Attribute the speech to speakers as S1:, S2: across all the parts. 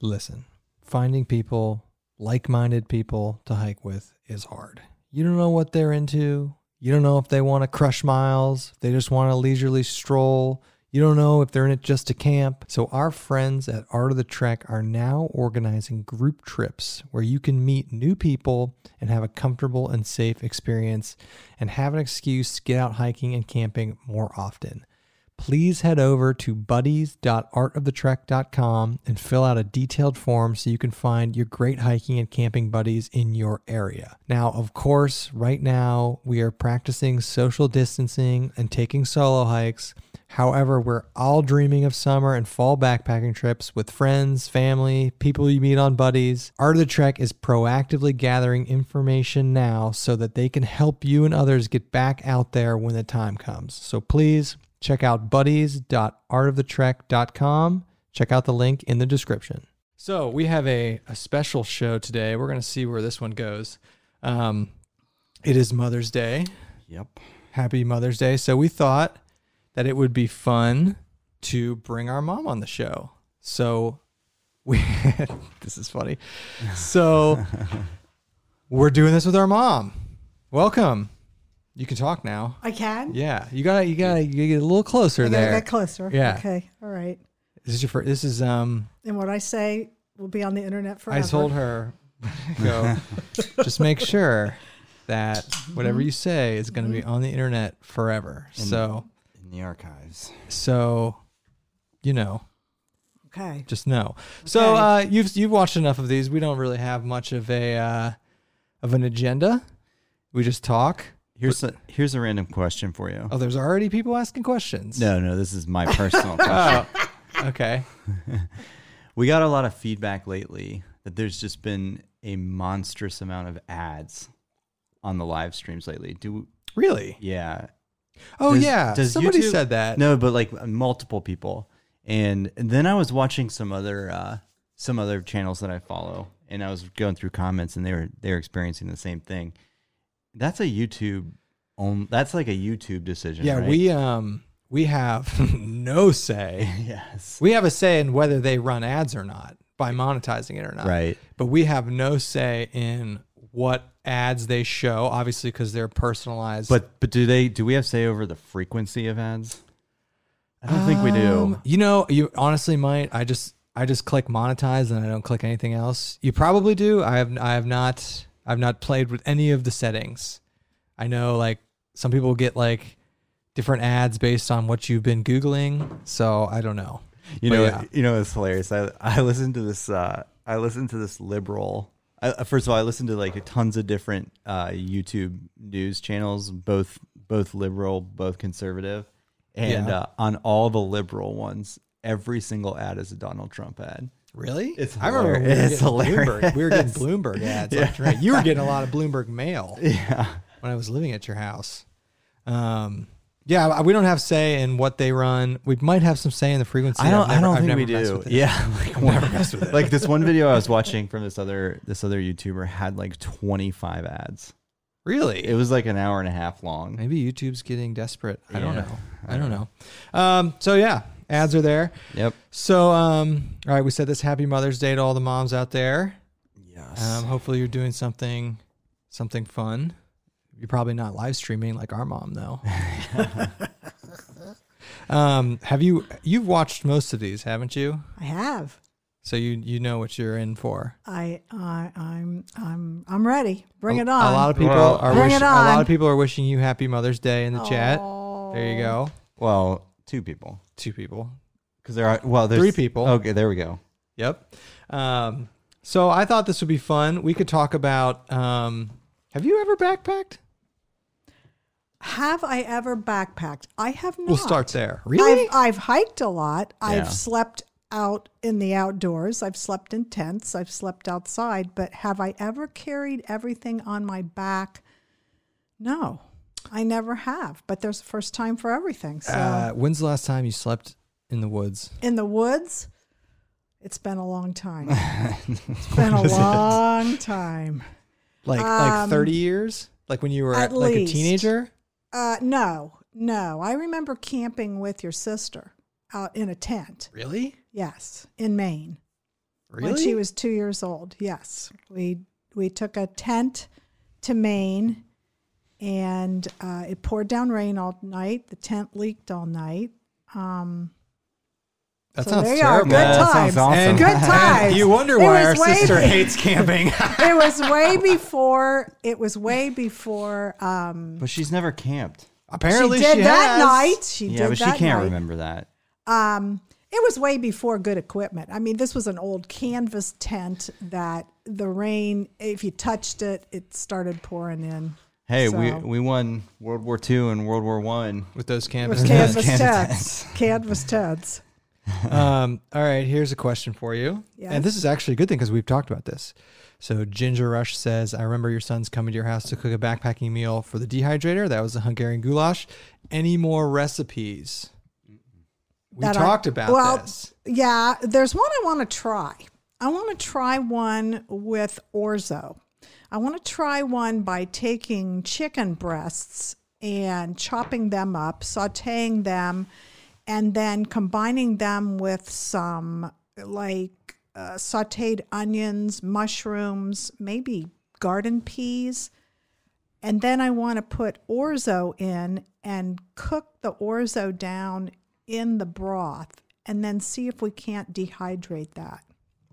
S1: Listen, finding people, like minded people to hike with is hard. You don't know what they're into. You don't know if they want to crush miles, if they just want to leisurely stroll. You don't know if they're in it just to camp. So, our friends at Art of the Trek are now organizing group trips where you can meet new people and have a comfortable and safe experience and have an excuse to get out hiking and camping more often please head over to buddies.artofthetrek.com and fill out a detailed form so you can find your great hiking and camping buddies in your area. Now, of course, right now we are practicing social distancing and taking solo hikes. However, we're all dreaming of summer and fall backpacking trips with friends, family, people you meet on buddies. Art of the Trek is proactively gathering information now so that they can help you and others get back out there when the time comes. So please check out buddies.artofthetrek.com. Check out the link in the description. So we have a, a special show today. We're going to see where this one goes. Um, it is Mother's Day.
S2: Yep.
S1: Happy Mother's Day. So we thought that it would be fun to bring our mom on the show. So we this is funny. So we're doing this with our mom. Welcome. You can talk now.
S3: I can.
S1: Yeah, you gotta you gotta you get a little closer
S3: I gotta
S1: there.
S3: get closer.
S1: Yeah.
S3: Okay. All right.
S1: This is your first. This is um.
S3: And what I say will be on the internet forever.
S1: I told her, go. just make sure that whatever you say is going to be on the internet forever. So
S2: In the archives.
S1: so, you know,
S3: Okay.
S1: just know. So uh, you've you've watched enough of these. We don't really have much of a uh, of an agenda. We just talk.
S2: Here's a here's a random question for you.
S1: Oh, there's already people asking questions.
S2: No, no, this is my personal question.
S1: Oh, okay.
S2: We got a lot of feedback lately that there's just been a monstrous amount of ads on the live streams lately. Do
S1: Really?
S2: yeah.
S1: Oh
S2: Does-
S1: yeah.
S2: does
S1: Somebody
S2: YouTube-
S1: said that.
S2: No, but like multiple people. And, and then I was watching some other uh, some other channels that I follow, and I was going through comments, and they were they were experiencing the same thing. That's a YouTube. On, that's like a YouTube decision.
S1: yeah,
S2: right?
S1: we um we have no say.
S2: yes
S1: We have a say in whether they run ads or not by monetizing it or not.
S2: right.
S1: But we have no say in what ads they show, obviously because they're personalized.
S2: But but do they do we have say over the frequency of ads? I don't think we do.
S1: Um, You know, you honestly might. I just I just click monetize and I don't click anything else. You probably do. I have I have not I've not played with any of the settings. I know like some people get like different ads based on what you've been googling, so I don't know.
S2: You
S1: but
S2: know
S1: oh, yeah.
S2: you know it's hilarious. I I listened to this uh I listened to this liberal I, uh, first of all, I listened to like tons of different uh, YouTube news channels, both both liberal, both conservative, and
S1: Yeah.
S2: uh, on all the liberal ones, every single ad is a Donald Trump ad.
S1: Really?
S2: It's
S1: I remember we were
S2: hilarious. It's
S1: getting Bloomberg.
S2: hilarious.
S1: We were getting Bloomberg ads. left and right. You were getting a lot of Bloomberg mail
S2: Yeah,
S1: when I was living at your house. Um, yeah, I- we don't have say in what they run. We might have some say in the frequency.
S2: I don't.
S1: I've never-
S2: I don't
S1: I've
S2: think
S1: never
S2: we
S1: messed
S2: do.
S1: with it.
S2: Yeah, like, one- like this one video I was watching from this other this other YouTuber had like twenty five ads.
S1: Really?
S2: It was like an hour and a half long.
S1: Maybe YouTube's getting desperate. I don't
S2: Yeah.
S1: know. I don't know. Um, so yeah, ads are there.
S2: Yep.
S1: So um, all right, we said this. Happy Mother's Day to all the moms out there.
S2: Yes.
S1: Um, hopefully you're doing something, something fun. You're probably not live streaming like our mom though. um, have you you've watched most of these, haven't you?
S3: I have.
S1: So you you know what you're in for.
S3: I I I'm I'm I'm ready. Bring it
S1: A
S3: on.
S1: lot of people
S2: Well-
S1: are
S3: Bring it
S1: wishing, a lot
S3: on.
S1: of people are wishing you happy Mother's Day in the chat. There you go.
S2: well, two people.
S1: Two people.
S2: Because there are well, there's
S1: Three people.
S2: Okay, there we go.
S1: Yep. Um, so I thought this would be fun. We could talk about. Um, have you ever backpacked?
S3: have I ever backpacked? I have not.
S1: We'll start there. Really?
S3: I've I've hiked a lot.
S2: Yeah.
S3: I've slept out in the outdoors. I've slept in tents. I've slept outside. But have I ever carried everything on my back? No, I never have. But there's a first time for everything. So
S1: uh, when's the last time you slept in the woods?
S3: in the woods, it's been a long time. it's been a long time.
S1: Like like thirty years? Like when you were
S3: Um, at
S1: like a
S3: least.
S1: teenager?
S3: Uh, no, no. I remember camping with your sister out in a tent.
S1: Really?
S3: Yes, in Maine.
S2: Really?
S3: when she was two years old. Yes, we we took a tent to Maine, and uh, it poured down rain all night. The tent leaked all night. Um,
S1: That
S3: so
S1: sounds
S3: there you are.
S1: terrible. Uh,
S3: Good
S2: Yeah, that
S3: times.
S2: sounds awesome.
S3: Good
S2: And-
S3: times.
S1: You wonder
S3: It
S1: why our
S3: was way
S1: sister
S3: be-
S1: hates camping.
S3: it was way before. It was way before. Um,
S2: But she's never camped.
S1: Apparently,
S3: she did
S1: she has.
S3: that night. She
S2: yeah,
S3: did
S2: but she
S3: that
S2: can't
S3: night.
S2: remember that.
S3: Um, it was way before good equipment. I mean, this was an old canvas tent that the rain, if you touched it, it started pouring in.
S2: Hey, we
S3: So-
S2: we won World War II and World War One.
S1: with those
S3: It
S1: campers.
S3: was canvas
S2: Canvas
S3: tents. Canvas tents.
S1: um, all right, here's a question for you.
S3: Yes.
S1: And this is actually a good thing because we've talked about this. So Ginger Rush says, I remember your son's coming to your house to cook a backpacking meal for the dehydrator. That was a Hungarian goulash. Any more recipes? We
S3: that I-
S1: talked about
S3: well,
S1: this.
S3: Yeah, there's one I want to try. I want to try one with orzo. I want to try one by taking chicken breasts and chopping them up, sauteing them, and then combining them with some like uh, sauteed onions, mushrooms, maybe garden peas. And then I want to put orzo in and cook the orzo down in the broth and then see if we can't dehydrate that.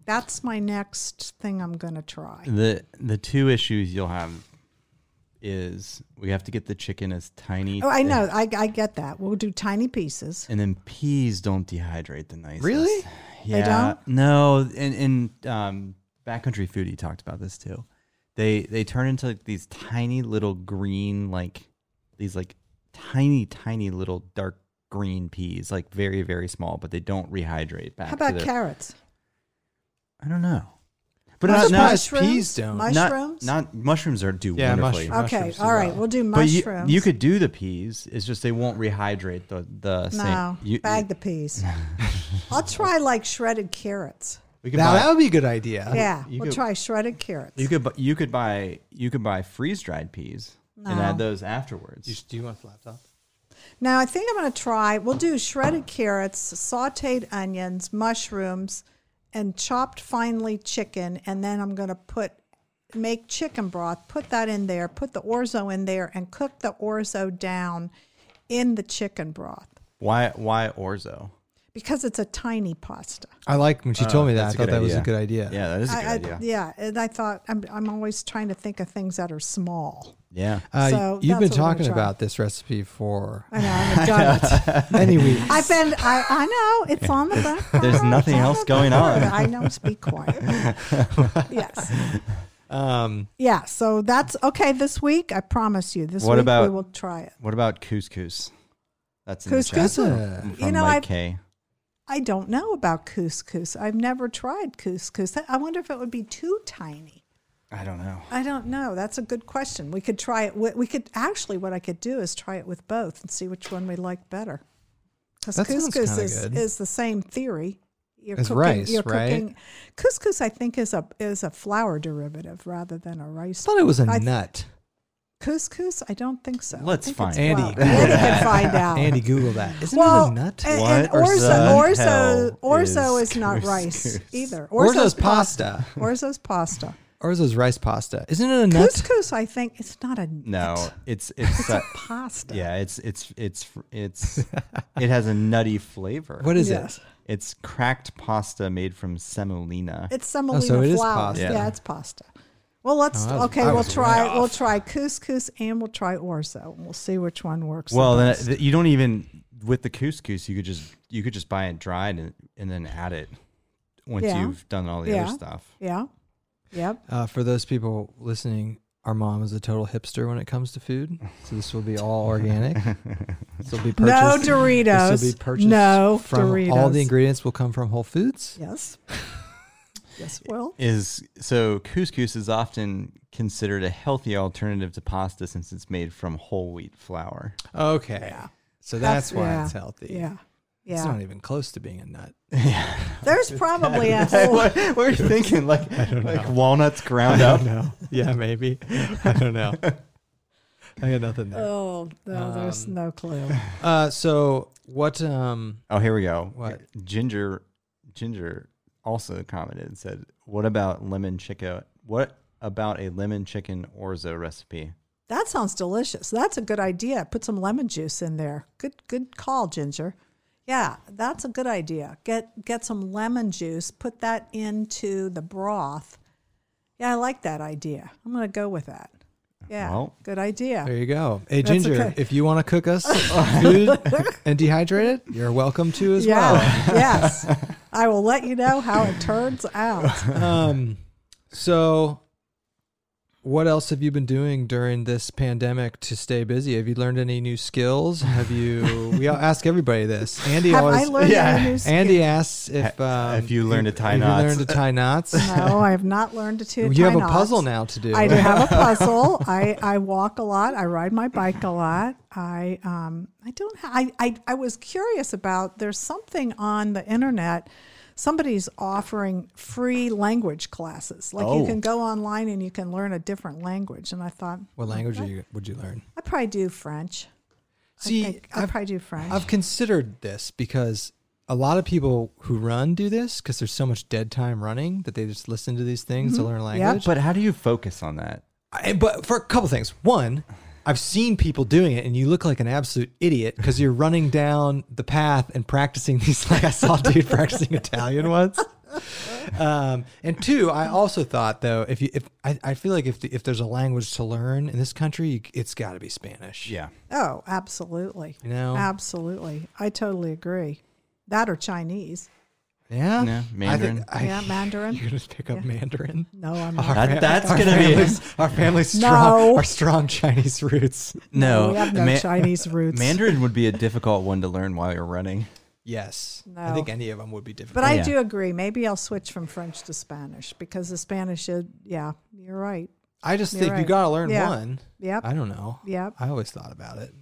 S3: That's my next thing I'm going to try.
S2: The the two issues you'll have is we have to get the chicken as tiny.
S3: Oh, I know. I, I get that. We'll do tiny pieces.
S2: And then peas don't dehydrate the nicest.
S1: Really?
S2: Yeah.
S3: don't?
S2: No, and and um, backcountry foodie talked about this too. They they turn into like these tiny little green like these like tiny tiny little dark green peas, like very very small, but they don't rehydrate back.
S3: How
S2: to
S3: about
S2: their-
S3: carrots?
S2: I don't know. But
S1: I'm
S2: not, not,
S1: surprised peas don't.
S2: not-
S3: Mushrooms?
S2: Not, mushrooms are do
S1: Yeah,
S2: wonderfully.
S1: mushrooms.
S3: okay.
S1: mushrooms do
S3: All right.
S1: well.
S3: We'll do
S2: But you,
S3: mushrooms.
S2: you could do the peas. It's just they won't rehydrate the
S3: No,
S2: the same. You,
S3: bag the peas. I'll try like shredded carrots.
S2: we could
S1: Now,
S2: buy-
S1: that would be a good idea.
S3: yeah,
S2: you
S3: we'll
S2: could-
S3: try shredded carrots.
S2: You could bu- you could buy you could buy freeze dried peas and
S3: No.
S2: add those afterwards.
S1: You sh- do you want the laptop?
S3: Now I think I'm going to try. We'll do shredded carrots, sautéed onions, mushrooms, and chopped finely chicken, and then I'm going to put make chicken broth. Put that in there. Put the orzo in there, and cook the orzo down in the chicken broth
S2: why why orzo?
S3: because it's a tiny pasta.
S1: I like when she told me that. I
S2: That's a
S1: thought
S2: good
S1: that was Oh, a good idea.
S2: Yeah, that is a good
S3: I- I-
S2: idea.
S3: yeah, and I thought I'm I'm always trying to think of things that are small.
S2: yeah.
S1: Uh,
S3: So
S1: you've
S3: that's
S1: been
S3: what we're gonna
S1: talking
S3: try.
S1: about this recipe for
S3: I know I haven't done it.
S1: many weeks.
S3: I've been. I, I know it's on the back.
S2: there's
S3: burner,
S2: nothing
S3: it's on
S2: else
S3: the
S2: going
S3: back burner.
S2: on.
S3: I know. Just be quiet. yes.
S1: Um,
S3: Yeah. So that's okay. This week, I promise you. This
S2: What
S3: week we
S2: about-
S3: will try it.
S2: What about couscous? That's in
S1: that's
S3: Couscous?
S2: The
S1: a-
S2: chat.
S3: You
S2: From
S3: know,
S2: Mike
S3: I've-
S2: K.
S3: I don't know about couscous. I've never tried couscous. That- I wonder if it would be too tiny.
S2: I don't know.
S3: I don't know. That's a good question. We could try it. With, we could actually. What I could do is try it with both and see which one we like better. Because
S1: That sounds
S3: couscous
S1: kinda
S3: is,
S1: good.
S3: is the same theory. You're
S1: As rice, right?
S3: couscous, I think, is a is a flour derivative rather than a
S1: I
S3: rice.
S1: thought it was a
S3: I-
S1: nut.
S3: Couscous, I don't think so. I
S2: Let's
S3: think
S2: find
S3: it's
S1: Andy.
S3: flour. Andy can find out.
S1: Andy, Google that. Isn't
S3: Oh. well,
S1: it a nut?
S3: And,
S2: What
S3: and orzo,
S2: the
S3: orzo,
S2: hell
S3: orzo is,
S2: is
S3: not rice
S2: couscous?
S3: either.
S1: Orzo's pasta.
S3: Orzo's pasta.
S1: Orzo's rice pasta. Isn't it a nut?
S3: Couscous, I think, it's not a
S2: No,
S3: nut.
S2: it's it's uh,
S3: pasta.
S2: yeah, it's it's it's it's it has a nutty flavor.
S1: What is
S3: Yes.
S1: it?
S2: It's cracked pasta made from semolina.
S3: It's semolina
S1: Oh, so it is
S3: flour.
S1: pasta.
S3: Yeah.
S2: Yeah.
S3: it's pasta. Well, let's
S1: Oh, I was-
S3: okay.
S1: I
S3: We'll
S1: was way
S3: try.
S1: off.
S3: We'll try couscous and we'll try orzo. and We'll see which one works. the
S2: Well, then
S3: best.
S2: th- you don't even with the couscous. You could just you could just buy it dried and, and then add it once
S3: Yeah.
S2: you've done all the
S3: Yeah.
S2: other stuff.
S3: yeah, yep.
S1: Uh, for those people listening, our mom is a total hipster when it comes to food. So this will be all organic. this will be purchased.
S3: no Doritos.
S1: This will be purchased.
S3: no
S1: from
S3: Doritos.
S1: all the ingredients will come from Whole Foods.
S3: Yes. yes. Well,
S2: Is so couscous is often considered a healthy alternative to pasta since it's made from whole wheat flour.
S1: Okay.
S3: Yeah.
S1: So that's,
S3: That's-
S1: why
S3: yeah.
S1: it's healthy.
S3: yeah,
S1: It's
S3: yeah.
S1: not even close to being a nut.
S3: There's probably a whole.
S2: what are you thinking? Like like walnuts ground up?
S1: know. yeah, maybe. I don't know. I got nothing there.
S3: Oh no, there's
S1: Um,
S3: no clue.
S1: Uh, so what? Um,
S2: Oh, here we go.
S1: What?
S2: Ginger, ginger. also commented and said, "What about lemon chicken? What about a lemon chicken orzo recipe?"
S3: That sounds delicious. That's a good idea. Put some lemon juice in there. Good good call, Ginger. Yeah, that's a good idea. Get get some lemon juice, put that into the broth. Yeah, I like that idea. I'm going to go with that. Yeah.
S2: Well.
S3: good idea.
S1: There you go. Hey,
S3: That's
S1: Ginger,
S3: okay.
S1: if you want to cook us food and dehydrate it, you're welcome to as
S3: yeah.
S1: well.
S3: yes. I will let you know how it turns out.
S1: Um, so, what else have you been doing during this pandemic to stay busy? Have you learned any new skills? Have you? we all ask everybody this. Andy
S3: Have I
S1: always.
S3: learned
S2: yeah.
S3: any new skill?
S1: Andy asks if
S2: Ha-
S1: um,
S2: if you learn to tie
S1: if
S2: knots.
S1: You learn to tie knots.
S3: No, I have not learned to tie
S1: you have a
S3: knots.
S1: puzzle now to do.
S3: I do have a puzzle. I, I walk a lot. I ride my bike a lot. I um I don't ha- I, I I was curious about there's something on the internet. Somebody's offering free language classes. Like you
S2: Oh.
S3: can go online and you can learn a different language. And I thought
S1: What language are you, would you learn?
S3: I probably do French. I
S1: See,
S3: think I
S1: I've,
S3: probably do French.
S1: I've considered this because a lot of people who run do this because there's so much dead time running that they just listen to these things
S3: Mm-hmm.
S1: to learn language.
S2: But how do you focus on that?
S1: I, but for a couple things. One, I've seen people doing it, and you look like an absolute idiot because you're running down the path and practicing these. Like I saw a dude practicing Italian once. Um, and two, I also thought though, if you, if I, I feel like if the, if there's a language to learn in this country, you- it's got to be Spanish.
S2: Yeah.
S3: oh, absolutely.
S1: You know?
S3: Absolutely. I totally agree. That or Chinese.
S1: yeah,
S2: Yeah, Mandarin.
S1: I think,
S3: yeah,
S1: I,
S3: Mandarin.
S1: you're gonna pick up Mandarin.
S3: No, I'm not.
S2: That, that's going to be
S1: Families- our family's
S3: No.
S1: strong, our strong Chinese roots.
S2: no.
S3: we have no
S2: Ma-
S3: Chinese roots.
S2: Mandarin would be a difficult one to learn while you're running.
S1: Yes, I
S3: No.
S1: think any of them would be difficult.
S3: But I
S2: Yeah.
S3: do agree. Maybe I'll switch from French to Spanish because the Spanish is, yeah, you're right.
S1: I, just
S3: You're
S1: think you
S3: right.
S1: gotta learn
S3: Yeah.
S1: one.
S3: Yep.
S1: I don't know.
S3: yep.
S1: I always thought about it.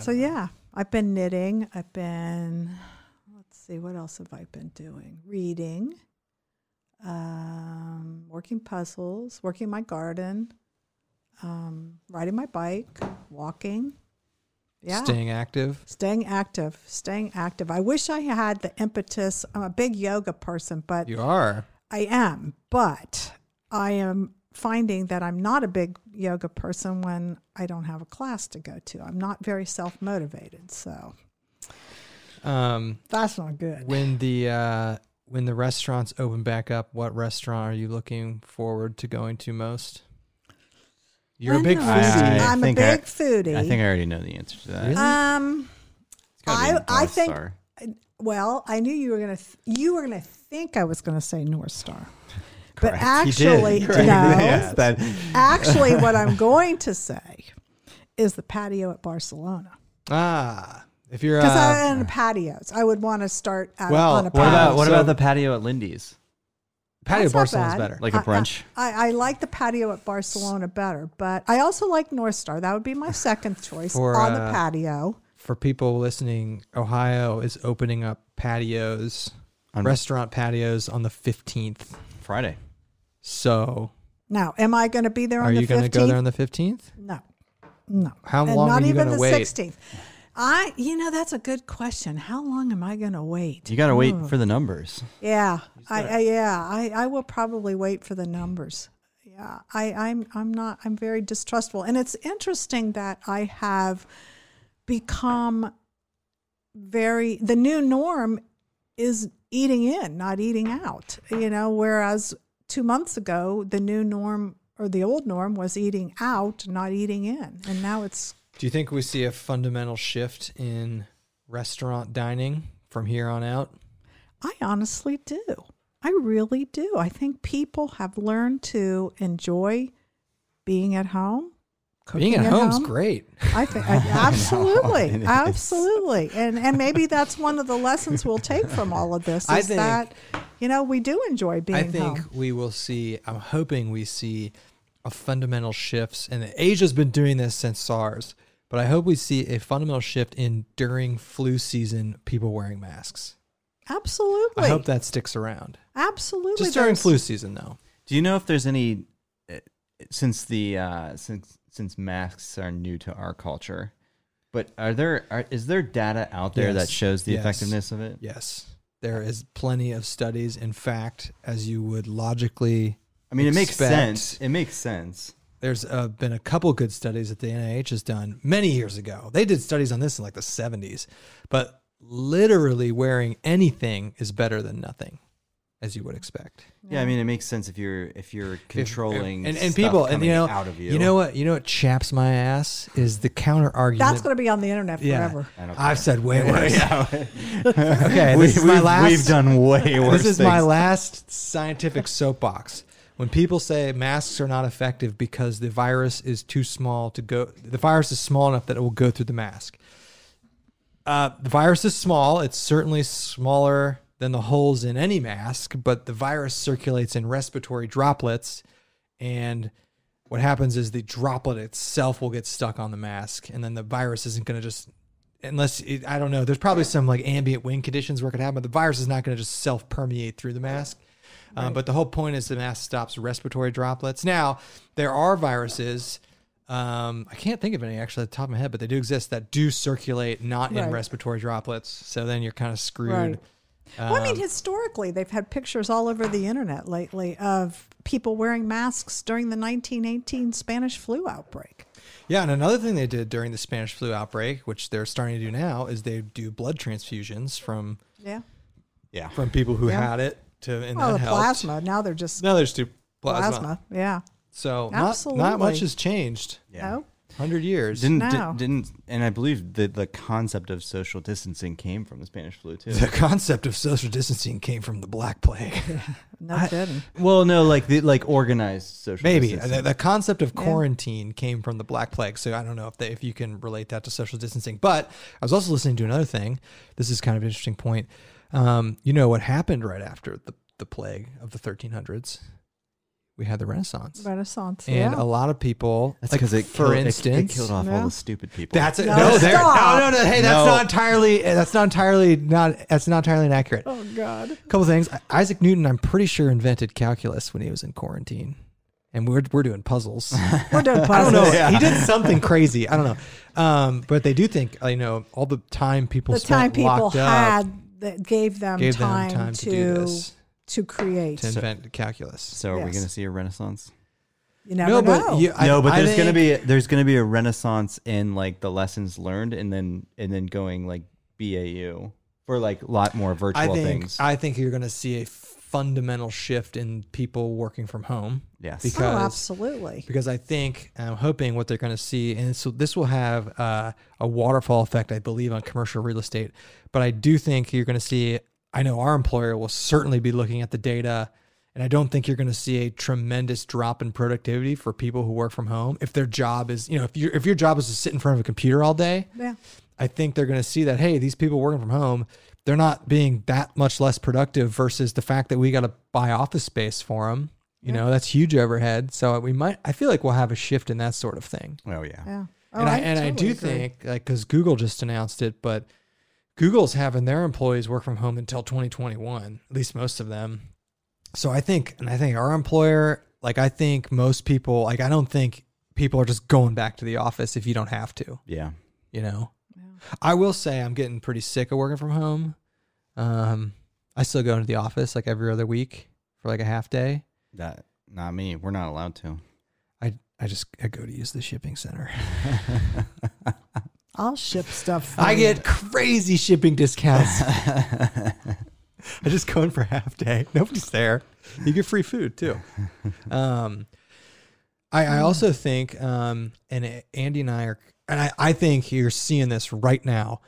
S3: So, yeah, I've been knitting. I've been, let's see, what else have I been doing? Reading, um, working puzzles, working my garden, um, riding my bike, walking. Yeah.
S1: Staying active.
S3: Staying active, staying active. I wish I had the impetus. I'm a big yoga person, but
S1: You are.
S3: I am, but I am finding that I'm not a big yoga person when I don't have a class to go to. I'm not very self motivated, so
S1: Um,
S3: that's not good.
S1: when the uh, when the restaurants open back up, what restaurant are you looking forward to going to most? You're a
S3: When
S1: big
S3: do
S2: I-
S1: foodie.
S3: I'm a
S2: think
S3: big
S2: I-
S3: foodie.
S2: I think I already know the answer to that.
S1: Really?
S3: um,
S2: It's gotta be
S3: I- I
S2: North
S3: think-
S2: Star.
S3: well, I knew you were gonna th- you were gonna think I was gonna say North Star, but
S2: Correct. He did.
S3: actually, Um,
S2: Correct.
S3: no.
S2: Yes, that-
S3: Actually, what I'm going to say is the patio at Barcelona.
S1: ah, if you're
S3: Because
S1: uh,
S3: I'm in patios, I would want to start out
S1: Well,
S3: on
S1: what
S3: a
S2: What
S3: patio.
S2: about what
S1: so-
S2: about the patio at Lindy's?
S1: patio
S3: That's not
S1: Barcelona's
S3: bad.
S1: better.
S2: Like a
S3: I- I-
S2: brunch.
S3: I, I like the patio at Barcelona better, but I also like North Star. That would be my second choice
S1: For,
S3: on the
S1: uh,
S3: patio.
S1: For people listening, Ohio is opening up patios,
S2: On-
S1: restaurant patios on the fifteenth.
S2: Friday.
S1: So,
S3: Now, am I going to be there
S1: are
S3: on the
S1: you going to go there
S3: 15th?
S1: on the fifteenth?
S3: No, no.
S1: How
S3: and
S1: long
S3: not
S1: are you
S3: even
S1: gonna
S3: the
S1: wait?
S3: 16th. I, you know, that's a good question. How long am I going to wait?
S2: You got to wait
S3: Hmm.
S2: for the numbers.
S3: Yeah, I, I yeah, I, I will probably wait for the numbers. Yeah, I, I'm I'm not I'm very distrustful, and it's interesting that I have become very the new norm is eating in, not eating out. You know, whereas two months ago the new norm or the old norm was eating out, not eating in, and now it's
S1: Do you think we see a fundamental shift in restaurant dining from here on out?
S3: I honestly do. I really do. I think people have learned to enjoy being at home.
S1: Being at,
S3: cooking
S1: home's great.
S3: I think I- absolutely, absolutely, and and maybe that's one of the lessons we'll take from all of this is
S1: I think-
S3: that you know we do enjoy being
S1: I think
S3: home.
S1: we will see. I'm hoping we see a fundamental shifts, and Asia's been doing this since SARS. But I hope we see a fundamental shift in during flu season, people wearing masks.
S3: Absolutely,
S1: I hope that sticks around.
S3: absolutely.
S1: Just during
S3: there's-
S1: flu season, though.
S2: Do you know if there's any uh, since the uh, since since masks are new to our culture? But are there are, is there data out there
S1: Yes.
S2: that shows the
S1: Yes.
S2: effectiveness of it?
S1: Yes. There is plenty of studies, in fact, as you would logically.
S2: I mean, it makes
S1: expect.
S2: sense. It makes sense.
S1: There's uh, been a couple good studies that the NIH has done many years ago. They did studies on this in like the 70s, but literally wearing anything is better than nothing, as you would expect.
S2: Yeah, I mean, it makes sense if you're if you're controlling
S1: and and
S2: stuff
S1: people and
S2: coming
S1: you know
S2: out of you.
S1: know what you know what chaps my ass is the counter argument.
S3: That's going to be on the internet
S1: yeah,
S3: forever.
S2: I don't
S1: I've said way worse.
S2: Yeah.
S1: Okay,
S2: we,
S1: this is my
S2: we've-
S1: last.
S2: We've done way worse.
S1: this is my
S2: things.
S1: last scientific soapbox. When people say masks are not effective because the virus is too small to go, the virus is small enough that it will go through the mask. Uh, the virus is small. It's certainly smaller than the holes in any mask, but the virus circulates in respiratory droplets. And what happens is the droplet itself will get stuck on the mask. And then the virus isn't going to just, unless it, I don't know, there's probably some like ambient wind conditions where it could happen, but the virus is not going to just self permeate through the mask. Um, But the whole point is the mask stops respiratory droplets. Now, there are viruses. Um, I can't think of any actually at the top of my head, but they do exist that do circulate not in
S3: Right.
S1: respiratory droplets. So then you're kind of screwed.
S3: Right. well, I
S1: Um,
S3: mean, historically, they've had pictures all over the internet lately of people wearing masks during the 1918 Spanish flu outbreak.
S1: Yeah, and another thing they did during the Spanish flu outbreak, which they're starting to do now, is they do blood transfusions from
S3: Yeah.
S2: Yeah.
S1: from people who
S3: Yeah.
S1: had it to and
S3: Well,
S1: that
S3: the
S1: helped.
S3: plasma. Now they're just
S1: Now there's two plasma.
S3: plasma. Yeah.
S1: So not, not much
S3: Absolutely.
S1: has changed.
S2: Yeah.
S3: No?
S1: Hundred years.
S2: Didn't di-
S3: No.
S2: didn't and I believe the the concept of social distancing came from the Spanish flu too.
S1: the concept of social distancing came from the Black Plague.
S3: No kidding.
S2: well, no, like the like organized social
S1: Maybe the,
S2: distancing.
S1: the concept of quarantine came from the Black Plague, so I don't know if they, if you can relate that to social distancing. But I was also listening to another thing. This is kind of an interesting point. Um, you know what happened right after the the plague of the 1300s? We had the Renaissance,
S3: Renaissance.
S1: and
S3: yeah.
S1: a lot of people.
S2: That's
S1: like,
S2: because it
S1: for
S2: killed, it-
S1: instance,
S2: it, killed off all
S3: Yeah.
S2: the stupid people.
S1: That's it.
S3: No,
S1: No, there-
S3: stop.
S1: no, no, no. Hey, that's
S2: No.
S1: not entirely. That's not entirely. Not that's not entirely inaccurate.
S3: oh, God.
S1: couple things. I- Isaac Newton, I'm pretty sure, invented calculus when he was in quarantine, and we're we're doing puzzles.
S3: We're doing
S1: I don't
S3: puzzles.
S1: know. He did something crazy. I don't know. Um, but they do think you know all the time people
S3: The time
S1: spent
S3: people
S1: locked up
S3: had that gave them
S1: gave
S3: time,
S1: them time to,
S3: to,
S1: do
S3: to,
S1: this
S3: create.
S1: to invent calculus.
S2: so. Are we
S3: Yes.
S2: going to see a renaissance?
S3: you never
S1: no,
S3: know.
S1: but you, I,
S2: no, but
S1: I
S2: there's going to
S1: think-
S2: be there's going to be a renaissance in like the lessons learned and then and then going like BAU for like a lot more virtual
S1: I think
S2: things.
S1: I think you're going to see a fundamental shift in people working from home.
S2: yes.
S1: because-
S3: oh, absolutely.
S1: because I think I'm hoping what they're going to see, and so this will have uh, a waterfall effect, I believe, on commercial real estate. But I do think you're going to see. I know our employer will certainly be looking at the data, and I don't think you're going to see a tremendous drop in productivity for people who work from home if their job is, you know, if your if your job is to sit in front of a computer all day.
S3: Yeah.
S1: I think they're going to see that hey, these people working from home, they're not being that much less productive versus the fact that we got to buy office space for them. You know, that's huge overhead. So we might I feel like we'll have a shift in that sort of thing.
S2: Oh yeah.
S3: Yeah. Oh,
S1: and I, and I do
S3: totally agree.
S1: think like cuz Google just announced it, but Google's having their employees work from home until 2021, at least most of them. So I think and I think our employer like I think most people like I don't think people are just going back to the office if you don't have to
S2: Yeah.
S1: you know. I will say I'm getting pretty sick of working from home. Um, I still go into the office like every other week for like a half day.
S2: That not me. We're not allowed to.
S1: I I just I go to use the shipping center.
S3: I'll ship stuff.
S1: I
S3: for you.
S1: get crazy shipping discounts. I just go in for half day. Nobody's there. You get free food too. Um, I, I also think, um, and A- Andy and I are, and I, I think you're seeing this right now.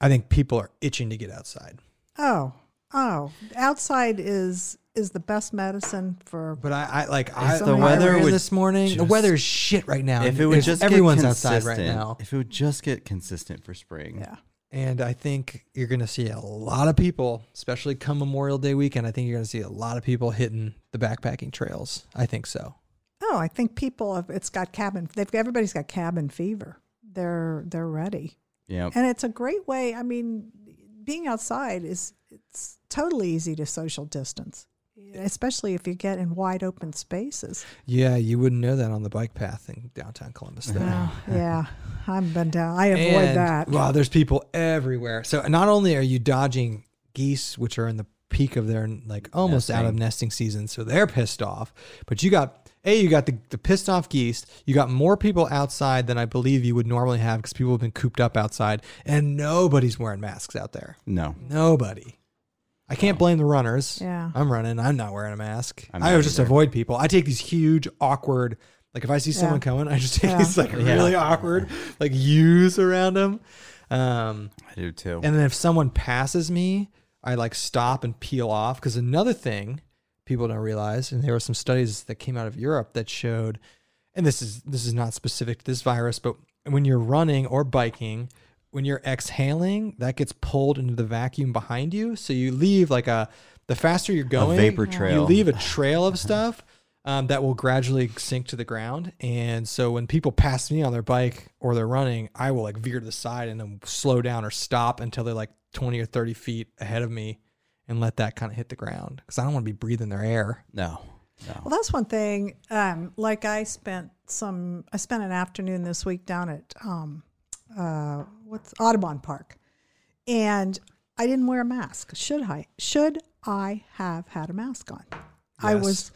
S1: I think people are itching to get outside.
S3: Oh, oh, outside is is the best medicine for.
S1: But I, I like I,
S3: the
S1: the
S3: weather
S1: weather
S2: would
S1: this morning. The
S2: just-
S1: weather is shit right now.
S2: Um, if
S1: and
S2: it would
S1: it's-
S2: just get
S1: everyone's outside right
S2: consistent-
S1: now,
S2: If it would just get consistent for spring.
S3: Yeah,
S1: and I think you're gonna see a lot of people, especially come Memorial Day weekend. I think you're gonna see a lot of people hitting the backpacking trails. I think so.
S3: oh, I think people have. It's got cabin. They've everybody's got cabin fever. They're they're ready,
S2: Yep.
S3: and it's a great way. I mean, being outside is it's totally easy to social distance, especially if you get in wide open spaces.
S1: Yeah, you wouldn't know that on the bike path in downtown Columbus. Though.
S3: Oh, yeah, I've been down. I avoid
S1: And,
S3: that.
S1: Wow, there's people everywhere. So not only are you dodging geese, which are in the peak of their like almost out of nesting season, so they're pissed off. But you got a you got the, the pissed off geese. You got more people outside than I believe you would normally have because people have been cooped up outside, and nobody's wearing masks out there.
S2: No.
S1: Nobody. I can't blame the runners.
S3: Yeah.
S1: I'm running. I'm not wearing a mask.
S2: I'm
S1: I
S2: not
S1: just
S2: either.
S1: avoid people. I take these huge, awkward, like if I see someone coming, I just take
S3: Yeah.
S1: these like really awkward, like U's around them. Um,
S2: I do too.
S1: and then if someone passes me, I like stop and peel off. Because another thing people don't realize, and there were some studies that came out of Europe that showed, and this is this is not specific to this virus, but when you're running or biking, when you're exhaling, that gets pulled into the vacuum behind you. So you leave like a the faster you're going,
S2: vapor trail.
S1: You leave a trail of stuff. Um, that will gradually sink to the ground, and so when people pass me on their bike or they're running, I will like veer to the side and then slow down or stop until they're like twenty or thirty feet ahead of me, and let that kind of hit the ground because I don't want to be breathing their air.
S2: no. No.
S3: Well, that's one thing. Um, like I spent some, I spent an afternoon this week down at um, uh, what's Audubon Park, and I didn't wear a mask. Should I? Should I have had a mask on? I
S1: Yes.
S3: was,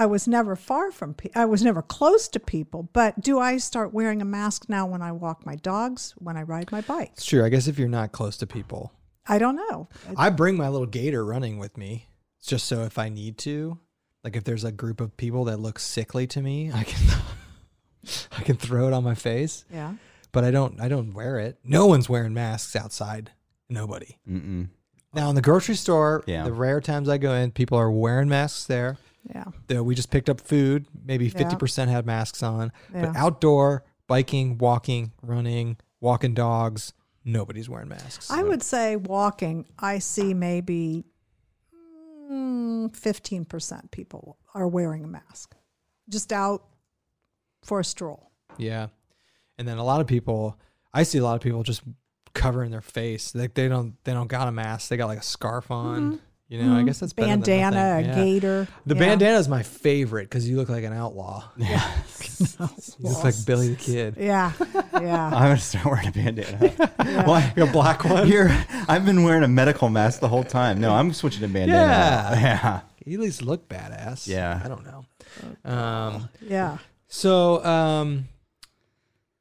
S3: I was never far from. Pe- I was never close to people. But do I start wearing a mask now when I walk my dogs, when I ride my bike?
S1: It's true. I guess if you're not close to people,
S3: I don't know.
S1: I bring my little gator running with me just so if I need to, like if there's a group of people that look sickly to me, I can I can throw it on my face,
S3: Yeah.
S1: but I don't I don't wear it. No one's wearing masks outside. Nobody.
S2: Mm-mm.
S1: Now in the grocery store,
S2: Yeah.
S1: the rare times I go in, people are wearing masks there.
S3: Yeah.
S1: Though we just picked up food, maybe
S3: Yeah.
S1: fifty percent had masks on.
S3: Yeah.
S1: But outdoor, biking, walking, running, walking dogs, nobody's wearing masks.
S3: I would say walking, I see maybe mm, 15% people are wearing a mask just out for a stroll.
S1: Yeah. And then a lot of people I see a lot of people just covering their face. Like they don't they don't got a mask. They got like a scarf on. You know, I guess that's better than
S3: Mm-hmm. Bandana, a
S1: nothing. Yeah.
S3: gator.
S1: The
S3: yeah.
S1: bandana is my favorite because you look like an outlaw.
S2: Yeah.
S1: You look like Billy the Kid.
S3: Yeah. Yeah.
S2: I'm gonna start wearing a bandana. Why?
S1: A black one.
S2: You're, I've been wearing a medical mask the whole time. No, I'm switching to bandana. now.
S1: Yeah.
S2: Yeah.
S1: You at least look badass.
S2: Yeah.
S1: I don't know. Um,
S3: yeah.
S1: so um,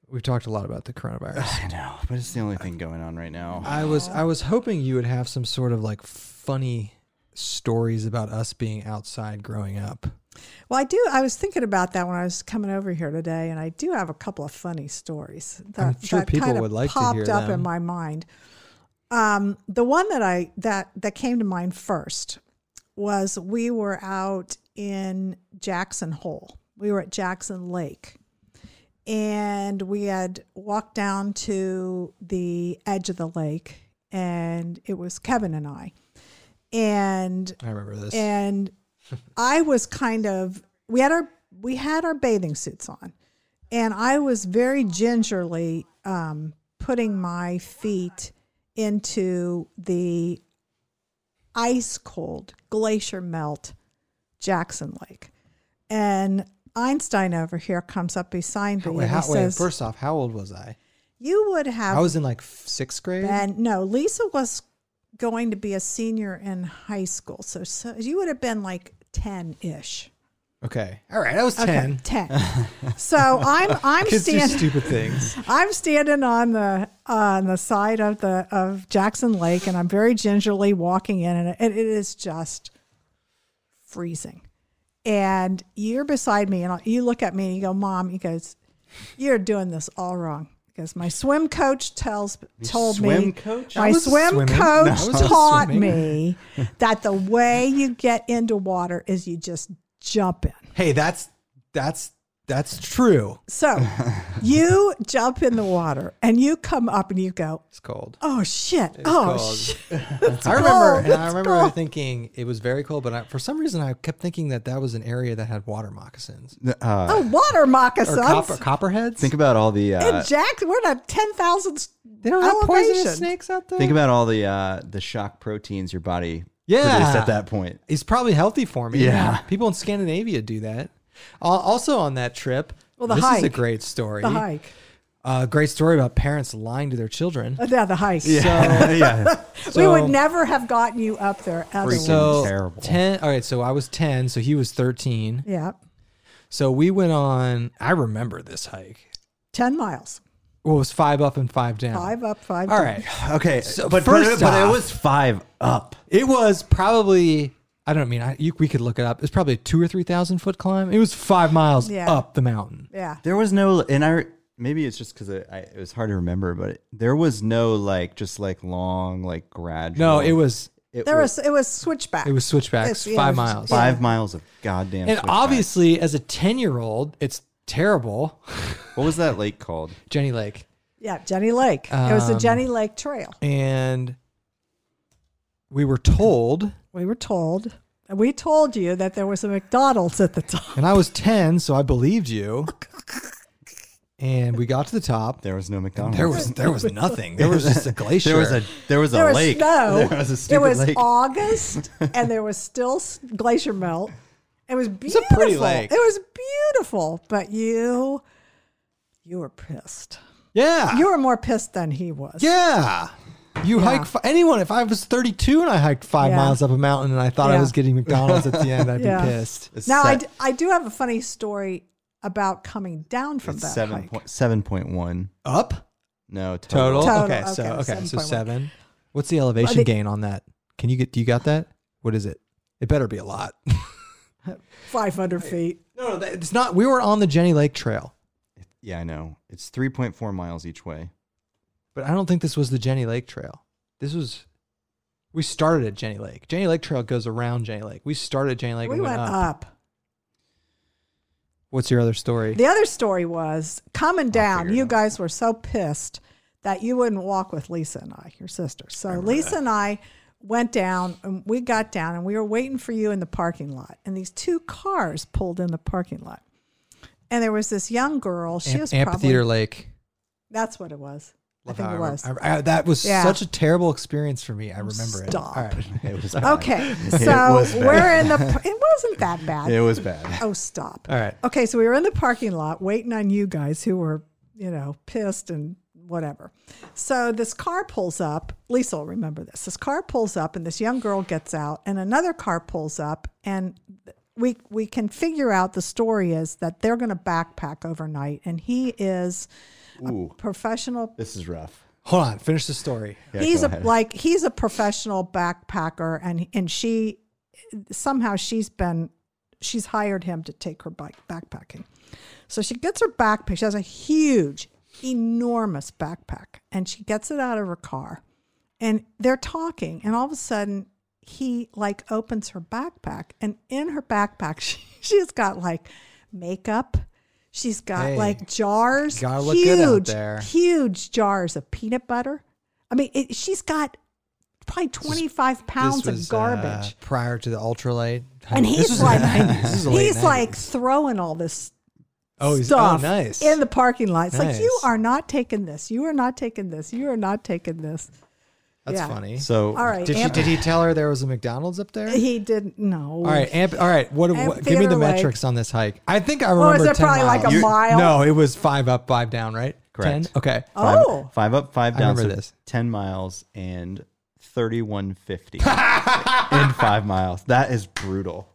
S1: we've talked a lot about the coronavirus.
S2: I know, but it's the only thing going on right now.
S1: I was I was hoping you would have some sort of like funny stories about us being outside growing up.
S3: Well, I do. I was thinking about that when I was coming over here today, and I do have a couple of funny stories that,
S1: I'm sure
S3: that
S1: people
S3: kind of
S1: would like to
S3: popped
S1: hear
S3: up
S1: them.
S3: in my mind. Um, the one that I that that came to mind first was we were out in Jackson Hole. We were at Jackson Lake, and we had walked down to the edge of the lake, and it was Kevin and I, and
S1: I remember this.
S3: and I was kind of we had our we had our bathing suits on, and I was very gingerly um, putting my feet into the ice cold glacier melt Jackson Lake, and Einstein over here comes up beside me
S1: Wait,
S3: and
S1: how,
S3: he
S1: wait,
S3: says,
S1: first off, how old was I?
S3: "You would have
S1: I was in like f- sixth grade.
S3: and no, Lisa was going to be a senior in high school. So, so you would have been like 10 ish.
S1: Okay, all right, I was ten.
S3: Okay, 10. so I'm, I'm
S1: Kids do
S3: standing.
S1: stupid things.
S3: I'm standing on the on the side of the of Jackson Lake, and I'm very gingerly walking in, and it, it is just freezing. And you're beside me, and you look at me, and you go, "Mom," he goes, "You're doing this all wrong." Because my swim coach tells told me
S2: swim coach?
S1: I
S3: my
S1: wasn't
S3: swim
S1: swimming. No, I
S3: coach
S1: wasn't
S3: taught
S1: swimming.
S3: me that the way you get into water is you just jump in.
S1: hey, that's that's that's true.
S3: So you jump in the water and you come up and you go,
S1: It's cold.
S3: oh shit, oh
S1: cold.
S3: shit.
S1: I remember,
S3: cold,
S1: and I
S3: it's
S1: remember
S3: cold.
S1: thinking it was very cold, but I, for some reason I kept thinking that that was an area that had water moccasins
S2: The, uh,
S3: Oh, water
S1: or
S3: moccasins.
S1: copper, copperheads.
S2: Think about all the.
S3: and
S2: Uh,
S3: Jack, we're at 10,000
S1: they don't have
S3: elevation.
S1: poisonous snakes out there.
S2: think about all the uh, the shock proteins your body
S1: Yeah.
S2: produced at that point.
S1: It's probably healthy for me.
S2: Yeah.
S1: people in Scandinavia do that. Al- Also on that trip,
S3: Well, the
S1: this is a
S3: hike.
S1: great story.
S3: the hike. Uh,
S1: Uh, great story about parents lying to their children.
S3: Yeah, the hike.
S2: Yeah, yeah.
S3: we
S1: So-
S3: would never have gotten you up there otherwise.
S1: So
S2: terrible.
S1: ten. All right, so I was ten, so he was thirteen.
S3: yeah,
S1: So we went on. I remember this hike.
S3: ten miles,
S1: Well, it was five up and five down.
S3: five up, five.
S1: All
S3: down.
S1: right.
S2: Okay,
S1: So
S2: but
S1: first
S2: but, but
S1: off-
S2: it was five up.
S1: It was probably. I don't mean. I, you, we could look it up. It's probably a two or three thousand foot climb. It was five miles
S3: Yeah.
S1: up the mountain.
S3: Yeah,
S2: There was no, and I maybe it's just because it, I- it was hard to remember, but there was no like just like long like gradual.
S1: No, it was.
S2: it
S3: there
S2: was
S3: was it was switchback.
S1: It was switchbacks.
S3: It's- yeah,
S1: five
S3: it was-
S1: miles.
S2: five miles of goddamn.
S1: And
S2: switchback.
S1: obviously, as a ten-year-old, it's terrible.
S2: what was that lake called?
S1: Jenny Lake.
S3: yeah, Jenny Lake. it was the
S1: Um,
S3: Jenny Lake Trail.
S1: and we were told
S3: We were told. and We told you that there was a McDonald's at the top.
S1: and i was 10 so i believed you and we got to the top
S2: There was no McDonald's.
S1: there was there was nothing there was just a glacier
S2: there was a there was a
S3: There was
S2: lake.
S3: snow.
S2: There was a stupid
S3: it was
S2: lake.
S3: August, and there was still s- glacier melt. It was beautiful.
S1: a pretty lake.
S3: It was beautiful, but you, you were pissed.
S1: yeah
S3: You were more pissed than he was.
S1: yeah you hike fi- anyone if i was 32 and i hiked five
S3: Yeah.
S1: miles up a mountain and i thought i
S3: Yeah.
S1: was getting mcdonald's at the end i'd
S3: Yeah.
S1: be pissed
S2: It's
S3: Now I,
S2: set-
S3: d- I do have a funny story about coming down from
S2: it's
S3: that
S2: seven
S3: hike.
S2: point seven point one.
S1: up
S2: No
S1: total,
S2: total.
S3: Total,
S1: okay so
S3: okay,
S1: okay so
S3: 7.1.
S1: seven what's the elevation
S3: the-
S1: gain on that can you get do you got that what is it it better be a lot
S3: Five hundred feet.
S1: no no that- it's not we were on the jenny lake trail
S2: Yeah, I know. It's three point four miles each way.
S1: But I don't think this was the Jenny Lake Trail. This was we started at Jenny Lake. Jenny Lake Trail goes around Jenny Lake. We started at Jenny Lake
S3: we
S1: and
S3: went
S1: went up.
S3: up.
S1: What's your other story?
S3: The other story was coming down.
S2: figure it
S3: You
S2: out.
S3: guys were so pissed that you wouldn't walk with Lisa and I, your sister. So Lisa and I went down and we got down and we were waiting for you in the parking lot. And these two cars pulled in the parking lot. And there was this young girl. She
S1: Am-
S3: was
S1: Amphitheater
S3: probably
S1: Lake.
S3: that's what it was. I think
S1: How
S3: it
S1: remember-
S3: was.
S1: I- I- that was
S3: Yeah.
S1: such a terrible experience for me. I remember it.
S3: Stop.
S1: All right.
S2: It was
S3: Okay, so
S2: was bad.
S3: we're in the. par- It wasn't that bad.
S2: It was bad.
S3: Oh, stop.
S1: All right.
S3: Okay, so we were in the parking lot waiting on you guys who were, you know, pissed and whatever. So this car pulls up. Lisa will remember this. This car pulls up, and this young girl gets out, and another car pulls up, and we we can figure out the story is that they're going to backpack overnight, and he is
S2: Ooh,
S3: professional
S2: this is rough.
S1: Hold on. Finish the story.
S2: Yeah,
S3: he's
S2: go
S3: a
S2: ahead.
S3: like he's a professional backpacker and and she somehow she's been she's hired him to take her bike backpacking so she gets her backpack she has a huge enormous backpack and she gets it out of her car and they're talking and all of a sudden he like opens her backpack and in her backpack she, she's got like makeup she's got
S1: Hey,
S3: like jars
S1: gotta look good out
S3: huge,
S1: there.
S3: huge jars of peanut butter i mean it, she's got probably 25 pounds
S1: This was,
S3: of garbage
S1: uh, prior to the ultralight.
S3: and
S1: This
S3: he's
S1: was in
S3: like
S1: the 90s. This is the late
S3: he's
S1: 90s.
S3: like throwing all this
S1: oh, he's,
S3: stuff
S1: oh, nice.
S3: in the parking lot. It's like you
S1: Nice.
S3: are not taking this. You are not taking this. You are not taking this.
S1: That's
S3: yeah.
S1: funny.
S2: So
S3: All right.
S1: did, she,
S3: Amp-
S1: did he tell her there was a McDonald's up there?
S3: he didn't know.
S1: All right, amp, all right. What, what give me
S3: Amphitheater
S1: the
S3: Lake.
S1: metrics on this hike? I think I
S3: was
S1: remember.
S3: it
S1: 10
S3: probably like
S1: miles.
S3: a You- mile?
S1: No, it was five up, five down. Right?
S2: Correct.
S1: 10? Okay.
S2: Five,
S3: Oh.
S2: five up, five down.
S1: remember
S2: so
S1: this.
S2: Ten miles and thirty-one fifty in five miles. That is brutal.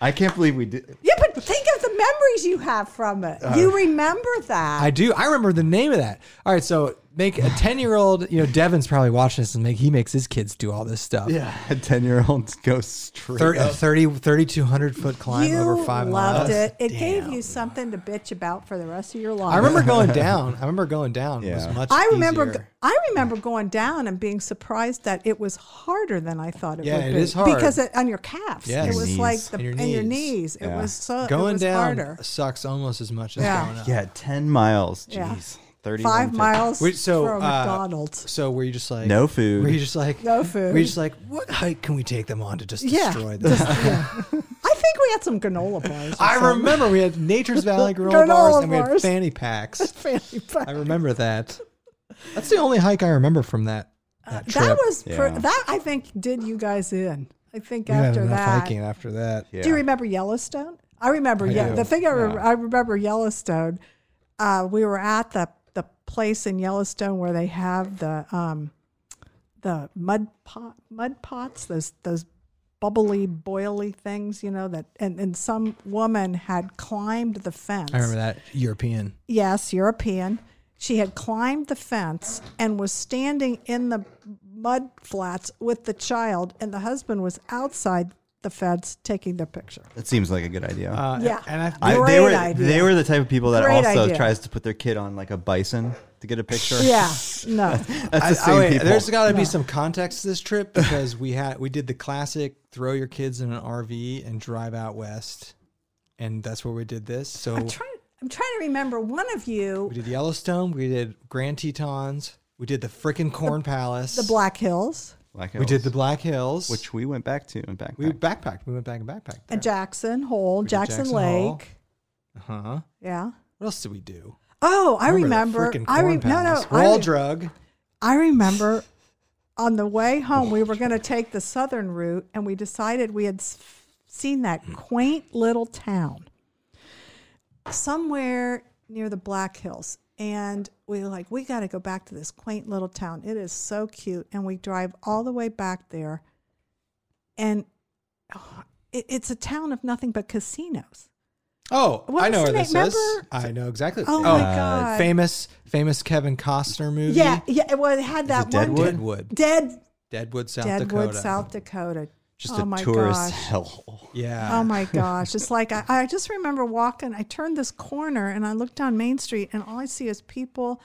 S2: I can't believe we did.
S3: Yeah, but think of the memories you have from it. you remember that.
S1: Uh, I do. I remember the name of that. All right, so make a ten-year-old. You know, Devin's probably watching this and make he makes his kids do all this stuff.
S2: Yeah, a ten-year-old goes straight.
S1: Thir- a
S2: up.
S1: 30, 3,200 foot climb
S3: you
S1: over five and a half.
S3: loved it. It gave you something to bitch about for the rest of your life.
S1: I remember going down. I remember going down. It
S2: Yeah.
S1: was much.
S3: I remember.
S1: easier.
S3: I remember going down and being surprised that it was harder than I thought it
S1: Yeah,
S3: would
S1: it
S3: be.
S1: is hard.
S3: because it, on your calves,
S1: Yes.
S3: it was
S2: Your
S3: like
S2: knees.
S3: the
S1: And your
S3: and your
S1: knees.
S3: knees. It
S2: Yeah.
S3: was so it
S1: going
S3: was
S1: down
S3: harder.
S1: sucks almost as much as
S3: Yeah.
S1: going up.
S2: Yeah, ten miles.
S3: Yeah.
S2: Jeez, thirty-one.
S3: Five miles
S1: Wait, so
S3: from
S1: uh,
S3: McDonald's.
S1: So were you just like
S2: No food.
S1: Were you just like
S3: No food.
S1: Were you just like what hike can we take them on to just
S3: Yeah.
S1: destroy this?
S3: I think we had some granola bars. or
S1: I
S3: something.
S1: remember we had Nature's Valley granola,
S3: Granola
S1: bars and we had
S3: bars.
S1: fanny packs.
S3: Fanny
S1: I
S3: pack.
S1: remember that. That's the only hike I remember from that. That, trip.
S3: Uh, That was pr-
S2: Yeah.
S3: that I think did you guys in. I think
S1: we had
S3: after
S1: enough
S3: that.
S1: hiking after that.
S2: Yeah.
S3: Do you remember Yellowstone? I remember. yeah,
S1: do.
S3: the thing I, re- I remember Yellowstone. Uh, we were at the the place in Yellowstone where they have the um, the mud pot mud pots those those bubbly boily things you know that and, and some woman had climbed the fence
S1: I remember that European.
S3: yes, European. She had climbed the fence and was standing in the mud flats with the child, and the husband was outside the fence taking their picture.
S2: That seems like a good idea.
S1: Uh,
S3: Yeah.
S1: And I,
S2: I- they
S3: great
S2: were
S3: idea.
S2: they were the type of people that
S3: Great
S2: also
S3: idea.
S2: tries to put their kid on like a bison to get a picture.
S3: Yeah, no.
S2: that's the
S1: I- I-
S2: same
S1: wait,
S2: people.
S1: There's got to be some context to this trip because we had we did the classic throw your kids in an RV and drive out west, and that's where we did this. So
S3: I'm trying. I'm trying to remember. One of you,
S1: we did Yellowstone, we did Grand Tetons, we did the frickin' Corn Palace,
S3: the Black Hills uh,
S2: Black
S1: we did
S2: Hills,
S1: the Black Hills,
S2: which we went back to and back.
S1: we backpacked. We went back and backpacked.
S3: and Jackson Hole,
S1: did
S3: Jackson,
S1: Jackson
S3: Lake.
S1: Hole. Uh huh.
S3: Yeah.
S1: What else did we do?
S3: Oh, I
S1: the
S3: remember.
S1: frickin'
S3: I re-
S1: Corn
S3: no, no.
S1: Palace.
S3: I,
S1: We're all
S3: re-
S1: drug.
S3: I remember on the way home, we were going to take the southern route, and we decided we had s- seen that
S2: Hmm.
S3: quaint little town somewhere near the Black Hills. And we were like, we got to go back to this quaint little town. It is so cute. And we drive all the way back there. And oh, it, it's a town of nothing but casinos.
S1: Oh,
S3: What
S1: I know
S3: was
S1: where
S3: the
S1: this
S3: name?
S1: is.
S3: Remember-
S1: I know exactly.
S3: Oh, my God.
S1: Uh, famous, famous Kevin Costner movie.
S3: yeah, yeah. Well, it had that
S2: it
S3: one.
S2: Deadwood?
S1: Deadwood.
S3: Dead,
S1: Deadwood, South
S3: Deadwood,
S1: Dakota.
S3: South Dakota.
S2: just
S3: oh my
S2: a tourist
S3: gosh.
S2: hellhole.
S1: Yeah.
S3: Oh my gosh. It's like I, I just remember walking, I turned this corner and I looked down Main Street and all I see is people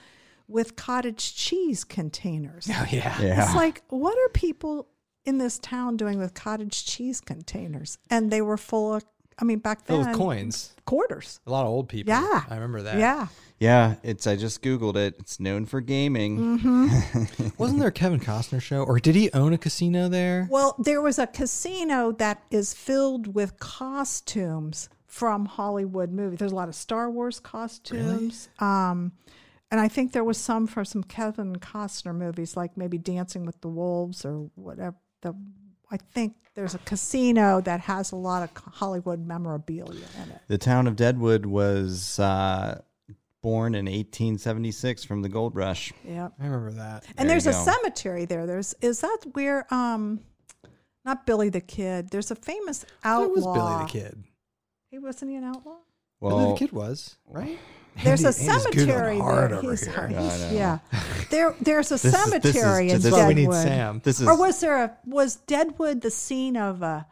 S3: with cottage cheese containers.
S1: Oh, yeah.
S2: Yeah.
S3: It's like, what are people in this town doing with cottage cheese containers? And they were full of I mean back
S1: Filled
S3: then
S1: with coins.
S3: quarters.
S1: A lot of old people.
S3: Yeah.
S1: I remember that.
S3: Yeah.
S2: Yeah, it's I just googled it. It's known for gaming.
S3: Mm.
S1: Wasn't there a Kevin Costner show? Or did he own a casino there?
S3: Well, there was a casino that is filled with costumes from Hollywood movies. There's a lot of Star Wars costumes. Um, and I think there was some for some Kevin Costner movies, like maybe Dancing with the Wolves or whatever. The, I think there's a casino that has a lot of Hollywood memorabilia in it.
S2: The town of Deadwood was uh, born in 1876 from the gold rush.
S3: Yeah.
S1: I remember that.
S3: And
S2: There you
S3: there's a
S2: go.
S3: cemetery there. There's is that where um, not Billy the Kid. There's a famous outlaw.
S1: Who was Billy the Kid?
S3: He wasn't he an outlaw?
S1: Billy
S2: Well,
S1: the Kid was, right?
S3: There's a
S1: Andy- Andy's Googling
S3: cemetery
S1: hard
S3: there.
S1: over
S3: He's-
S1: here.
S3: he's-
S2: I know.
S3: yeah, there there's a
S2: is- this
S3: cemetery
S2: is-
S3: in
S2: this
S1: That's
S2: is
S1: why we
S3: Deadwood.
S1: need Sam.
S2: this is
S3: Or was there a was Deadwood the scene of a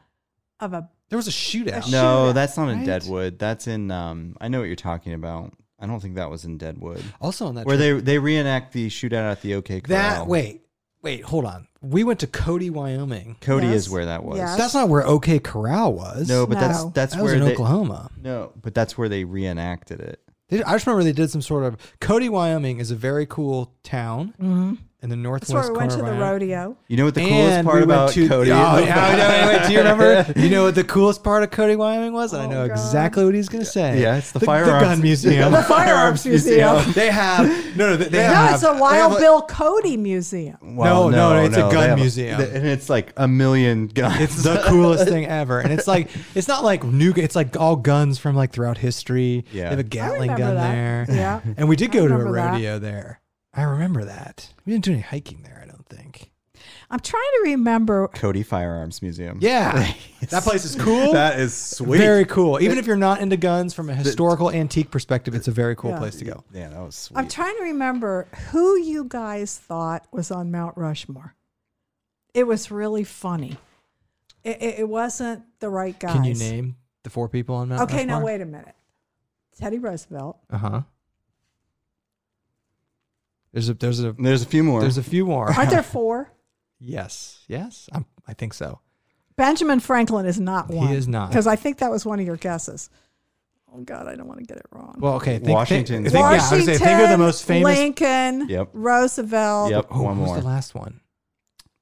S3: of a
S1: There was a shootout.
S2: no,
S3: Sure,
S2: that's not in
S1: right?
S2: Deadwood. That's in um. I know what you're talking about. I don't think that was in Deadwood.
S1: Also on that
S2: Where
S1: trip-
S2: they they reenact the shootout at the OK Corral.
S1: that wait. Wait, hold on. We went to Cody, Wyoming.
S2: Cody
S3: Yes.
S2: is where that was.
S3: Yes.
S1: That's not where OK Corral was.
S2: No, but that's
S3: No.
S2: that's
S1: That was
S2: where
S1: in
S2: they,
S1: Oklahoma.
S2: No, but that's where they reenacted it.
S1: They, I just remember they did some sort of Cody, Wyoming is a very cool town in the
S3: Mm-hmm. that's
S1: northwest
S3: where we went
S1: corner
S3: to
S1: of Wyoming.
S3: the rodeo.
S2: You know what the coolest
S1: And
S2: part
S1: we went
S2: about
S1: to,
S2: Cody?
S1: Oh,
S2: is?
S1: yeah, I know, wait, wait, do you remember? You know what the coolest part of Cody, Wyoming was? And I
S3: Oh,
S1: know
S3: God.
S1: exactly what he's going to say.
S2: Yeah, it's the
S1: The
S2: firearms-
S1: gun museum.
S3: The firearms museum.
S1: they have no, no. They, they
S3: No,
S1: have,
S3: it's a
S1: they
S3: Wild
S1: have
S3: Bill Cody museum.
S2: Well,
S1: No, no, it's a
S2: they
S1: gun
S2: have
S1: museum.
S2: th- and it's like a million guns.
S1: It's the coolest thing ever, and it's like it's not like new. It's like all guns from like throughout history.
S2: Yeah.
S1: they have a
S2: I
S1: Gatling
S3: remember
S1: gun
S3: that.
S1: there.
S3: Yeah.
S1: and we did go to a
S3: remember that.
S1: rodeo there. I remember that. We didn't do any hiking there. I don't think.
S3: I'm trying to remember.
S2: Cody Firearms Museum.
S1: Yeah, that place is cool.
S2: That is sweet.
S1: Very cool. Even if you're not into guns from a historical antique perspective, it's a very cool
S3: Yeah.
S1: place to go.
S2: yeah, that was sweet.
S3: I'm trying to remember who you guys thought was on Mount Rushmore. It was really funny. It, it, it wasn't the right guys.
S1: Can you name the four people on Mount
S3: Okay, now wait a minute. Teddy Roosevelt.
S1: Uh huh.
S2: Uh-huh.
S1: There's a there's a
S2: There's a few more.
S1: there's a few more.
S3: Aren't there four?
S1: yes, yes. I'm, I think so.
S3: Benjamin Franklin is not
S1: He
S3: one.
S1: is not.
S3: Because I think that was one of your guesses. Oh, God, I don't want to get it wrong.
S1: Well, okay. Think,
S2: Washington.
S1: Think, think, yeah, I was gonna say, think of the most famous.
S3: Lincoln,
S2: Yep.
S3: Roosevelt.
S2: yep,
S1: Oh,
S2: one
S1: who's
S2: more.
S1: the last one?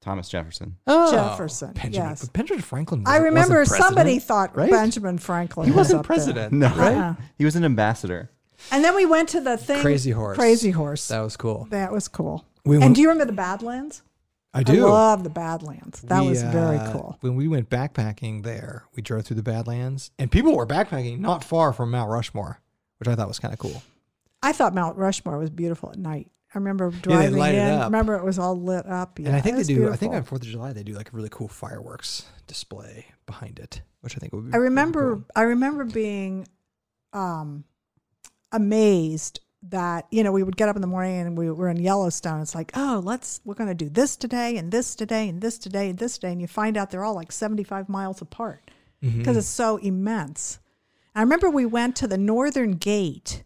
S2: Thomas Jefferson.
S1: Oh,
S3: Jefferson,
S1: Benjamin,
S3: yes.
S1: but Benjamin Franklin.
S3: I
S1: wasn't-
S3: remember
S1: wasn't
S3: somebody
S1: president,
S3: thought
S1: right?
S3: Benjamin Franklin.
S1: He
S3: was
S1: wasn't
S3: up there.
S1: president.
S2: No,
S1: right?
S3: Uh-uh.
S2: he was an ambassador.
S3: And then we went to the thing
S1: Crazy Horse.
S3: Crazy Horse.
S1: That was cool.
S3: that was cool.
S1: We
S3: and
S1: went-
S3: do you remember the Badlands?
S1: I do.
S3: love the Badlands. That
S1: We,
S3: was very
S1: uh,
S3: cool.
S1: When we went backpacking there, we drove through the Badlands, and people were backpacking not far from Mount Rushmore, which I thought was kind of cool.
S3: I thought Mount Rushmore was beautiful at night. I remember driving
S1: light it
S3: in.
S1: up.
S3: Remember it was all lit up. Yeah,
S1: and I think
S3: it
S1: they
S3: was
S1: do. I
S3: beautiful.
S1: think on Fourth of July they do like a really cool fireworks display behind it, which I think would be.
S3: I
S1: would be
S3: remember
S1: cool.
S3: I remember being um, amazed that you know we would get up in the morning and we were in Yellowstone. It's like oh let's we're going to do this today and this today and this today and this today, and you find out they're all like seventy five miles apart because it's so immense. I remember we went to the northern gate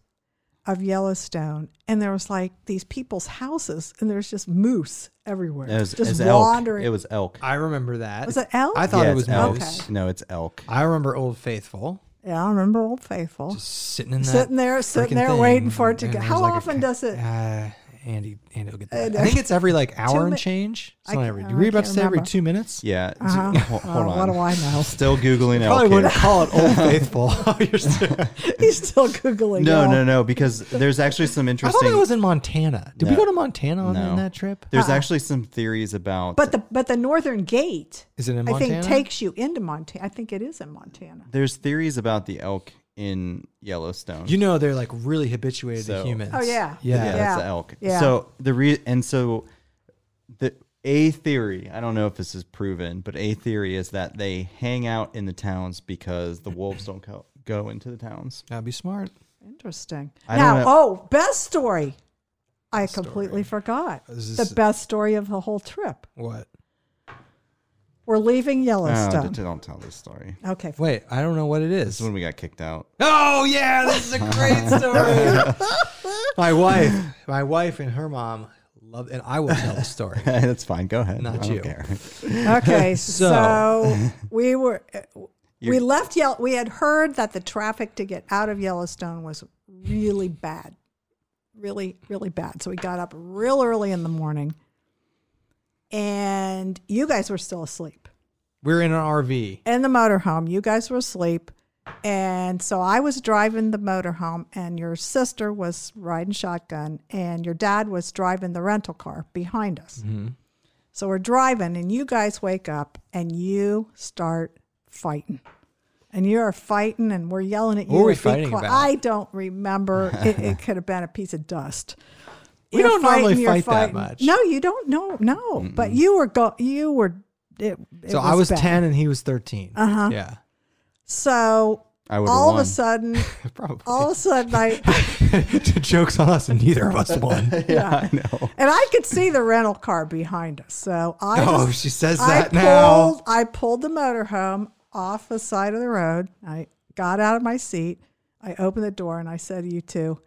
S3: of Yellowstone, and there was like these people's houses, and there's just moose everywhere,
S2: It was, it
S3: just
S2: was elk.
S3: wandering.
S2: It was elk.
S1: I remember that.
S3: Was it elk?
S1: I thought
S2: Yeah,
S1: it was
S2: it's elk.
S1: moose.
S3: Okay.
S2: No, it's elk.
S1: I remember Old Faithful
S3: yeah, I remember Old Faithful.
S1: just sitting in that
S3: sitting there,
S1: freaking
S3: sitting there, waiting
S1: thing,
S3: for it to
S1: and
S3: go.
S1: was
S3: How
S1: like a
S3: often
S1: ca-
S3: does it?
S1: Uh, Andy, Andy will get that.
S3: Uh,
S1: I think it's every like hour and
S3: mi-
S1: change. It's
S3: I
S1: not
S3: ca-
S1: every.
S3: oh,
S1: You were
S3: I
S1: about
S3: can't
S1: to say every
S3: remember.
S1: two minutes.
S2: Yeah. it's-
S3: Uh-huh.
S2: ho- Hold
S3: Oh,
S2: on.
S3: What do I know?
S2: Still googling
S1: Probably
S2: elk.
S1: wouldn't
S2: here.
S1: call it Old Faithful. You're still-
S3: He's still googling.
S2: No,
S3: y'all.
S2: no, no. Because there's actually some
S1: I thought
S2: interesting.
S1: it was in Montana. Did we
S2: No.
S1: go to Montana on, on
S2: No.
S1: that trip? Uh-uh.
S2: There's actually some theories about.
S3: But the but the Northern Gate,
S1: Is it in
S3: I
S1: Montana?
S3: think, takes you into Montana. I think it is in Montana.
S2: there's theories about the elk in Yellowstone.
S1: You know they're like really habituated to
S2: So-
S1: humans.
S3: Oh, yeah.
S1: yeah.
S2: yeah,
S3: Yeah.
S2: that's the elk.
S3: Yeah.
S2: So the re and so the a theory. I don't know if this is proven, but a theory is that they hang out in the towns because the wolves don't go, go into the towns.
S1: That'd be smart.
S3: Interesting.
S2: I don't
S3: now,
S2: know-
S3: oh, best story. I completely forgot
S1: Is
S3: the
S1: this-
S3: best story of the whole trip.
S1: What?
S3: We're leaving
S2: Oh,
S3: Yellowstone.
S2: don't, don't tell this story.
S3: okay.
S1: Wait, I don't know what it is.
S2: This is when we got kicked out.
S1: Oh yeah, this is a great story. my wife, my wife and her mom love, and I will tell the story.
S2: that's fine. Go ahead.
S1: Not
S2: I don't
S1: you.
S2: care.
S3: Okay,
S1: So-
S3: so, we were uh, we left Yell. We had heard that the traffic to get out of Yellowstone was really bad, really really bad. So we got up real early in the morning, and you guys were still asleep
S1: We're in an RV.
S3: in the motorhome. You guys were asleep, and so I was driving the motorhome, and your sister was riding shotgun, and your dad was driving the rental car behind us.
S1: Mm-hmm.
S3: So we're driving, and you guys wake up and you start fighting. And you are fighting, and we're yelling at you.
S1: What were we
S3: to be
S1: fighting about?
S3: I don't remember. it, it could have been a piece of dust.
S1: We don't normally fight that much.
S3: No, you don't. No, no. But you were go. You were. It, it
S1: So I was
S3: bad. Uh-huh.
S1: ten and he was thirteen. Uh huh. Yeah,
S3: So
S2: I would
S3: all of a
S2: won.
S3: sudden,
S1: probably.
S3: all of a sudden, I
S1: Jokes on us, and neither of us won.
S2: yeah, I know.
S3: and I could see the rental car behind us. So I
S1: Oh,
S3: just-
S1: she says
S3: I
S1: that now.
S3: pulled I pulled the motorhome off the side of the road. I got out of my seat. I opened the door and I said to you two,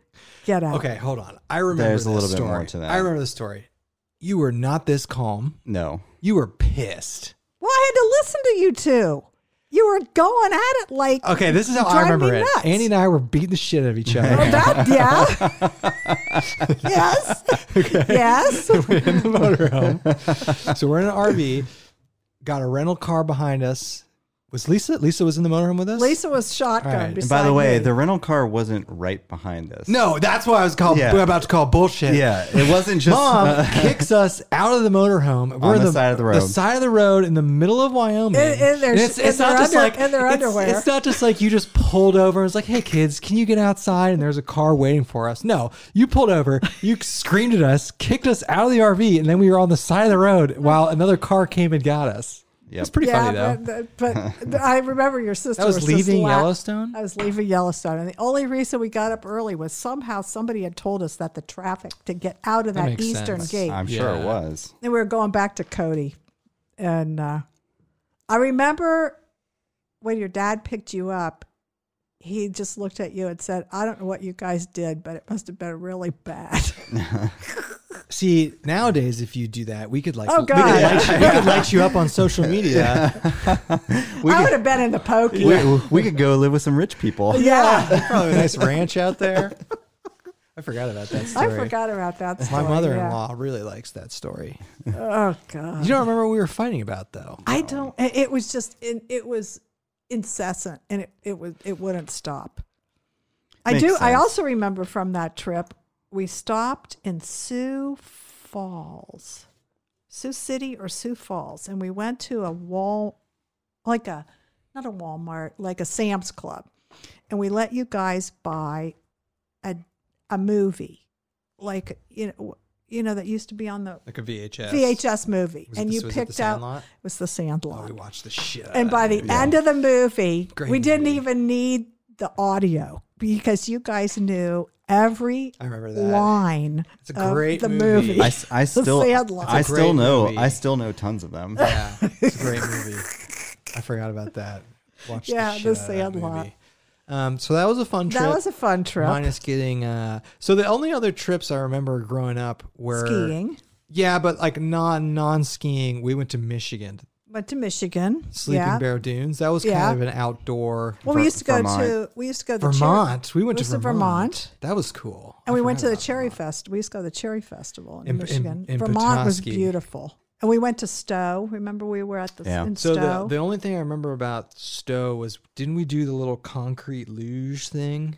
S3: get out.
S1: Okay, hold on. I remember.
S2: There's a
S1: this
S2: little bit
S1: story.
S2: more to that.
S1: I remember the story. You were not this calm.
S2: No.
S1: You were pissed.
S3: Well, I had to listen to you two. You were going at it like
S1: Okay, this is how I
S3: Drive me
S1: remember it.
S3: nuts.
S1: Andy and I were beating the shit out of each other.
S3: Oh, that, yeah. yes. Yes.
S1: We're in the motorhome. so we're in an RV. Got a rental car behind us. Was Lisa? Lisa was in the motorhome with us.
S3: Lisa was shotgun.
S1: All right. And by
S2: And by
S3: beside
S2: the way,
S3: me.
S2: the rental car wasn't right behind us.
S1: No, that's why I was called.
S2: Yeah.
S1: we're about to call bullshit.
S2: Yeah, it wasn't just. uh,
S1: Mom kicks us out of the motorhome. We're in
S2: the side of the road.
S1: side of the road in the middle of Wyoming.
S3: In- in their-
S1: it's,
S3: in
S1: it's
S3: their
S1: not just
S3: under-
S1: like
S3: in their
S1: it's-
S3: underwear.
S1: It's, not just like you just pulled over and was like, "Hey kids, can you get outside?" And there's a car waiting for us. No, you pulled over. You screamed at us, kicked us out of the RV, and then we were on the side of the road while another car came and got us. It was
S2: Yep.
S1: pretty
S3: yeah,
S1: funny though.
S3: but, but, but I remember your sister
S1: That was
S3: just
S1: leaving
S3: la- uh,
S1: Yellowstone?
S3: I was leaving Yellowstone, and the only reason we got up early was somehow somebody had told us that the traffic to get out of that,
S1: makes
S3: eastern
S1: sense.
S3: gate.
S2: I'm sure
S1: Yeah.
S2: it was.
S3: and we were going back to Cody, and uh, I remember when your dad picked you up. He just looked at you and said, "I don't know what you guys did, but it must have been really bad."
S1: See, nowadays if you do that, we could like we,
S3: Oh,
S1: could
S3: God.
S1: light you, we could light you up on social media.
S2: We
S3: I would
S2: could,
S3: have been in the pokey.
S2: we, we could go live with some rich people.
S3: yeah,
S1: Probably a nice ranch out there. I forgot about that
S3: I
S1: story.
S3: forgot about that.
S1: My
S3: Story. yeah.
S1: mother-in-law really likes that story.
S3: Oh God.
S1: You don't remember what we were fighting about though.
S3: I don't. It it was just. It, it was incessant, and it, it was. It wouldn't stop. I
S2: Makes
S3: do. I
S2: sense.
S3: also remember from that trip, we stopped in Sioux Falls, Sioux City or Sioux Falls, and we went to a wall, like a, not a Walmart, like a Sam's Club, and we let you guys buy a a movie, like you know, you know that used to be on the
S1: Like a VHS.
S3: VHS movie,
S1: Was it
S3: and
S1: the-
S3: you
S1: was it the
S3: picked out
S1: Sandlot?
S3: it was the Sandlot.
S1: Oh, we watched the shit.
S3: and by the end of the movie,
S1: Great
S3: we didn't
S1: movie.
S3: even need the audio because you guys knew every
S1: I remember that.
S3: line
S1: It's a
S3: of
S1: great
S3: the
S1: movie.
S3: movie.
S2: I, s- I still
S3: Sandlot.
S2: I
S1: It's a great
S2: still know
S1: movie.
S2: I still know tons of them.
S1: Yeah, it's a great movie. I forgot about that. Watched
S3: Yeah,
S1: the,
S3: The
S1: shit out of that
S3: Sandlot.
S1: movie. Um, so that was a fun trip.
S3: that was a fun trip.
S1: Minus getting uh, so the only other trips I remember growing up were
S3: Skiing,
S1: Yeah, but like non non skiing. We went to Michigan,
S3: went to Michigan.
S1: Sleeping
S3: yeah.
S1: Bear Dunes. That was kind
S3: Yeah.
S1: of an outdoor
S3: Well, we
S2: Ver-
S3: used to go to
S2: Vermont.
S3: we used to go to the cherry-
S1: Vermont. We went
S3: we
S1: to
S3: used to
S1: Vermont.
S3: Vermont.
S1: That was cool.
S3: and
S1: I
S3: we
S1: forgot
S3: went to the
S1: about
S3: Cherry
S1: Vermont.
S3: Fest. We used to go to the Cherry Festival in,
S1: In- in-
S3: Michigan.
S1: in
S3: Vermont was
S1: Petoskey.
S3: beautiful, and we went to Stowe. Remember, we were at the
S2: Yeah.
S3: in
S1: So the,
S3: Stowe.
S1: the only thing I remember about Stowe was didn't we do the little concrete luge thing?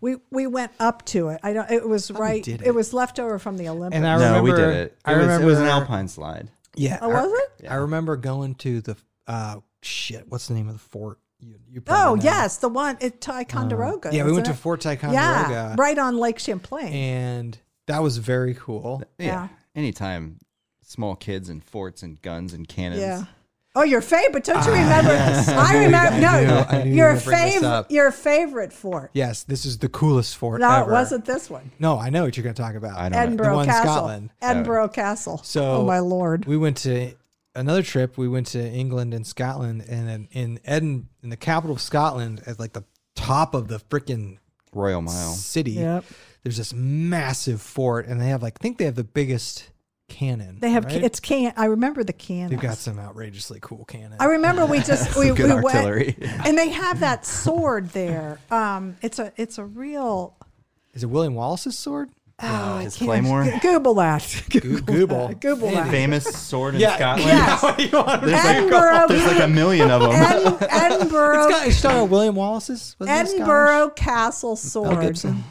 S3: we we went up to it. I don't. It was
S1: we
S3: right.
S1: did
S3: It.
S1: it.
S3: was left over from the Olympics.
S1: And I
S2: no,
S1: remember
S2: we did it. It,
S1: I
S2: was,
S1: remember
S2: it was an alpine slide.
S1: Yeah.
S3: Oh,
S1: I-
S3: was it?
S1: I remember going to the uh shit. What's the name of the fort? You, you
S3: Oh
S1: probably know. Oh.
S3: yes, the one at Ticonderoga.
S1: Yeah, we
S3: isn't
S1: went to
S3: it?
S1: Fort
S3: yeah,
S1: Ticonderoga,
S3: right on Lake Champlain.
S1: and that was very cool.
S2: Yeah.
S3: Yeah.
S2: Anytime small kids and forts and guns and cannons.
S3: Yeah. Oh, your favorite? Don't
S1: Ah,
S3: you remember? I remember. no,
S1: I knew you were
S3: your
S1: gonna bring this
S3: favorite.
S1: up.
S3: Your favorite fort.
S1: Yes, this is the coolest fort
S3: no,
S1: ever.
S3: it wasn't this one.
S1: No, I know what you're going to talk about.
S2: I don't know.
S3: Edinburgh
S1: The one in
S3: Castle.
S1: Scotland.
S3: Edinburgh Castle.
S1: So
S3: oh my lord.
S1: We went to another trip. We went to England and Scotland, and in, in Edin, in the capital of Scotland, at like the top of the freaking
S2: Royal Mile.
S1: city.
S3: Yep.
S1: There's this massive fort, and they have like I think they have the biggest cannon.
S3: They have
S1: right?
S3: it's can. I remember the cannons.
S1: They've got some outrageously cool cannons.
S3: I remember we just we,
S2: Good
S3: we went
S2: artillery.
S3: and they have that sword there. Um, it's a it's a real.
S1: Oh, Is it William Wallace's sword?
S3: Oh, I
S2: his
S3: can't-
S2: claymore?
S3: G- Google that.
S1: Goo- Gooble.
S3: Google that.
S2: Famous sword in Scotland.
S3: Yes.
S1: You want
S2: There's,
S3: Edinburgh.
S2: like, there's like a million of them.
S3: Ed, Edinburgh
S1: Scott, you started William Wallace's? Wasn't it Scottish?
S3: Edinburgh Castle sword.
S1: Gibson.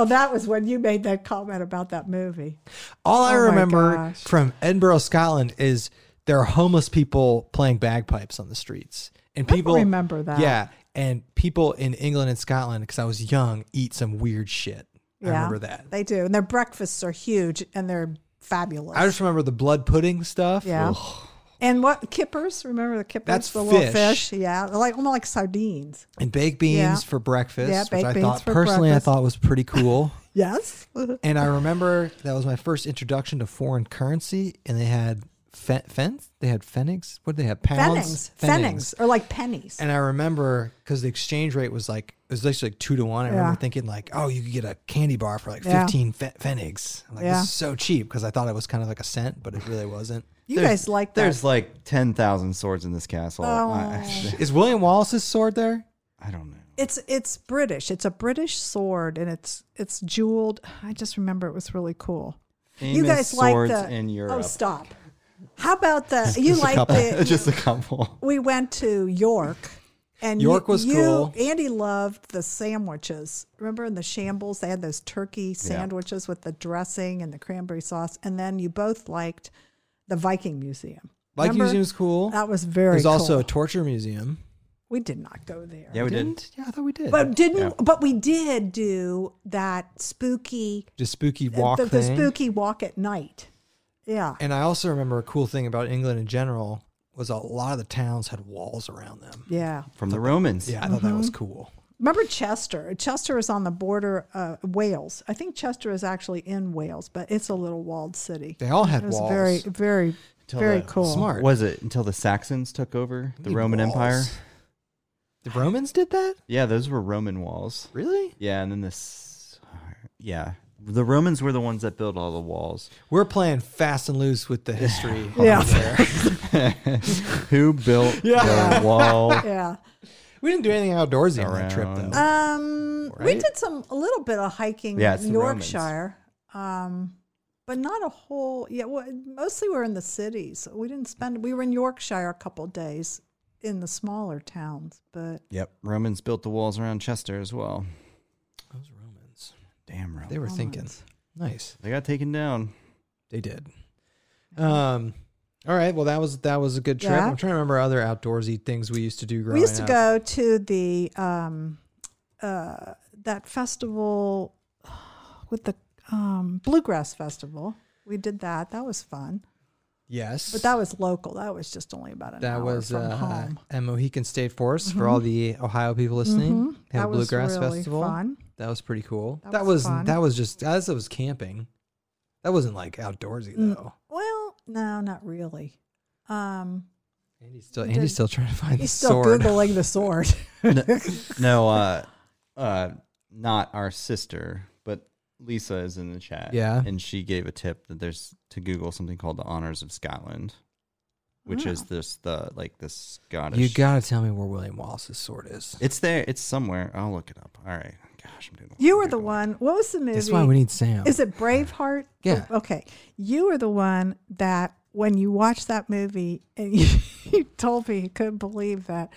S3: Oh, that was when you made that comment about that movie.
S1: All I
S3: Oh my
S1: remember
S3: gosh.
S1: from Edinburgh, Scotland, is there are homeless people playing bagpipes on the streets, and people
S3: remember that.
S1: Yeah, and people in England and Scotland, because I was young, eat some weird shit. I remember that.
S3: They do. And their breakfasts are huge and they're fabulous.
S1: I just remember the blood pudding stuff.
S3: yeah. And what kippers? Remember the kippers?
S1: That's
S3: the little
S1: fish.
S3: fish. Yeah. They're Like almost like sardines.
S1: and baked beans
S3: Yeah.
S1: for breakfast,
S3: Yeah,
S1: which
S3: baked
S1: I
S3: beans
S1: thought
S3: for
S1: personally
S3: breakfast.
S1: I thought was pretty cool.
S3: Yes.
S1: and I remember that was my first introduction to foreign currency, and they had fe- fence. They had pfennigs. What did they have? Pounds.
S3: Fennings. Fennings. Or like pennies.
S1: And I remember because the exchange rate was like it was actually like two to one. I
S3: Yeah.
S1: remember thinking like, oh, you could get a candy bar for like
S3: Yeah.
S1: fifteen fe- pfennigs. I'm like
S3: Yeah.
S1: this is so cheap because I thought it was kind of like a cent, but it really wasn't.
S3: you
S2: There's-
S3: guys like that. Oh.
S2: There's like 10,000 swords in this castle. I,
S1: Is William Wallace's sword there?
S2: I don't know.
S3: It's it's British. It's a British sword and it's it's jeweled. I just remember it was really cool. you
S2: Famous
S3: guys like
S2: swords
S3: the
S2: in Europe.
S3: Oh, stop. How about the you
S1: just a
S3: like
S1: couple.
S3: the
S2: Just a couple.
S3: we went to York. And
S1: York
S3: you-
S1: was
S3: you,
S1: cool.
S3: Andy loved the sandwiches. Remember in the shambles, they had those turkey sandwiches with the dressing and the cranberry sauce. And then you both liked the Viking Museum.
S1: Like
S3: Remember?
S1: museum's cool.
S3: That was very.
S1: There's also
S3: cool.
S1: a torture museum.
S3: we did not go there.
S2: Yeah, we did.
S1: Didn't? Yeah, I thought we did.
S3: but didn't
S2: Yeah.
S3: but we did do that spooky
S1: Just spooky walk
S3: the, the
S1: thing.
S3: spooky walk at night. Yeah.
S1: And I also remember a cool thing about England in general was a lot of the towns had walls around them.
S3: Yeah.
S2: From the Romans.
S1: Yeah, I thought that
S3: Mm-hmm.
S1: was cool.
S3: Remember Chester? Chester is on the border of Wales. I think Chester is actually in Wales, but it's a little walled city.
S1: They all had
S3: It was
S1: walls.
S3: very, very,
S2: Until
S3: very
S2: the-
S3: cool.
S1: Smart.
S2: Was it until the Saxons took over the
S1: Need
S2: Roman
S1: walls.
S2: Empire?
S1: The Romans did that?
S2: Yeah, those were Roman walls.
S1: Really?
S2: Yeah, and then this. Yeah, the Romans were the ones that built all the walls.
S1: We're playing fast and loose with the history.
S3: Yeah.
S2: Who built
S1: Yeah.
S2: the wall?
S3: Yeah.
S1: We didn't do anything outdoorsy on that trip,
S2: Around.
S1: though.
S3: Um, We
S2: Right?
S3: did some a little bit of hiking
S2: Yeah, it's
S3: in
S2: the Romans.
S3: Yorkshire, um, but not a whole. Yeah, well, mostly we're in the cities. We didn't spend. We were in Yorkshire a couple days in the smaller towns, but
S2: Yep, Romans built the walls around Chester as well.
S1: Those Romans.
S2: Damn Romans,
S1: They
S2: they,
S1: were thinking. Nice.
S2: got taken down.
S1: They did. Um. All right. Well, that was that was a good trip.
S3: Yeah.
S1: I'm trying to remember other outdoorsy things we used to do growing
S3: we used to
S1: up.
S3: go to the um, uh, that festival. with the um, Bluegrass Festival. We did that. That was fun.
S1: Yes.
S3: But that was local. That was just only about an
S1: that
S3: hour
S1: was
S3: from
S1: uh,
S3: home. Mm-hmm.
S1: at Mohican State Forest for all the Ohio people listening. Had
S3: That
S1: a
S3: was
S1: bluegrass
S3: really
S1: festival.
S3: fun.
S1: That was pretty cool. That,
S3: That
S1: was,
S3: was fun.
S1: that was just as I was camping. That wasn't like outdoorsy
S3: Mm.
S1: though.
S3: Well, no, not really. Um,
S1: Andy's still
S3: We
S1: Andy's
S3: did-
S1: still trying to find
S3: he's
S1: the
S3: still
S1: sword.
S3: googling the sword.
S2: no, uh, uh, not our sister, but Lisa is in the chat.
S1: Yeah.
S2: and she gave a tip that there's to Google something called the Honors of Scotland, which is this the like the Scottish.
S1: Ah. You gotta tell me where William Wallace's sword is.
S2: It's there. It's somewhere. I'll look it up. All right. Gosh, I'm doing.
S3: You
S2: I'm
S3: were the
S2: Googling.
S3: one. What was the movie?
S1: That's why we need Sam.
S3: Is it Braveheart? Oh,
S1: Yeah.
S3: Okay. You were the one that when you watched that movie and you, you told me you couldn't believe that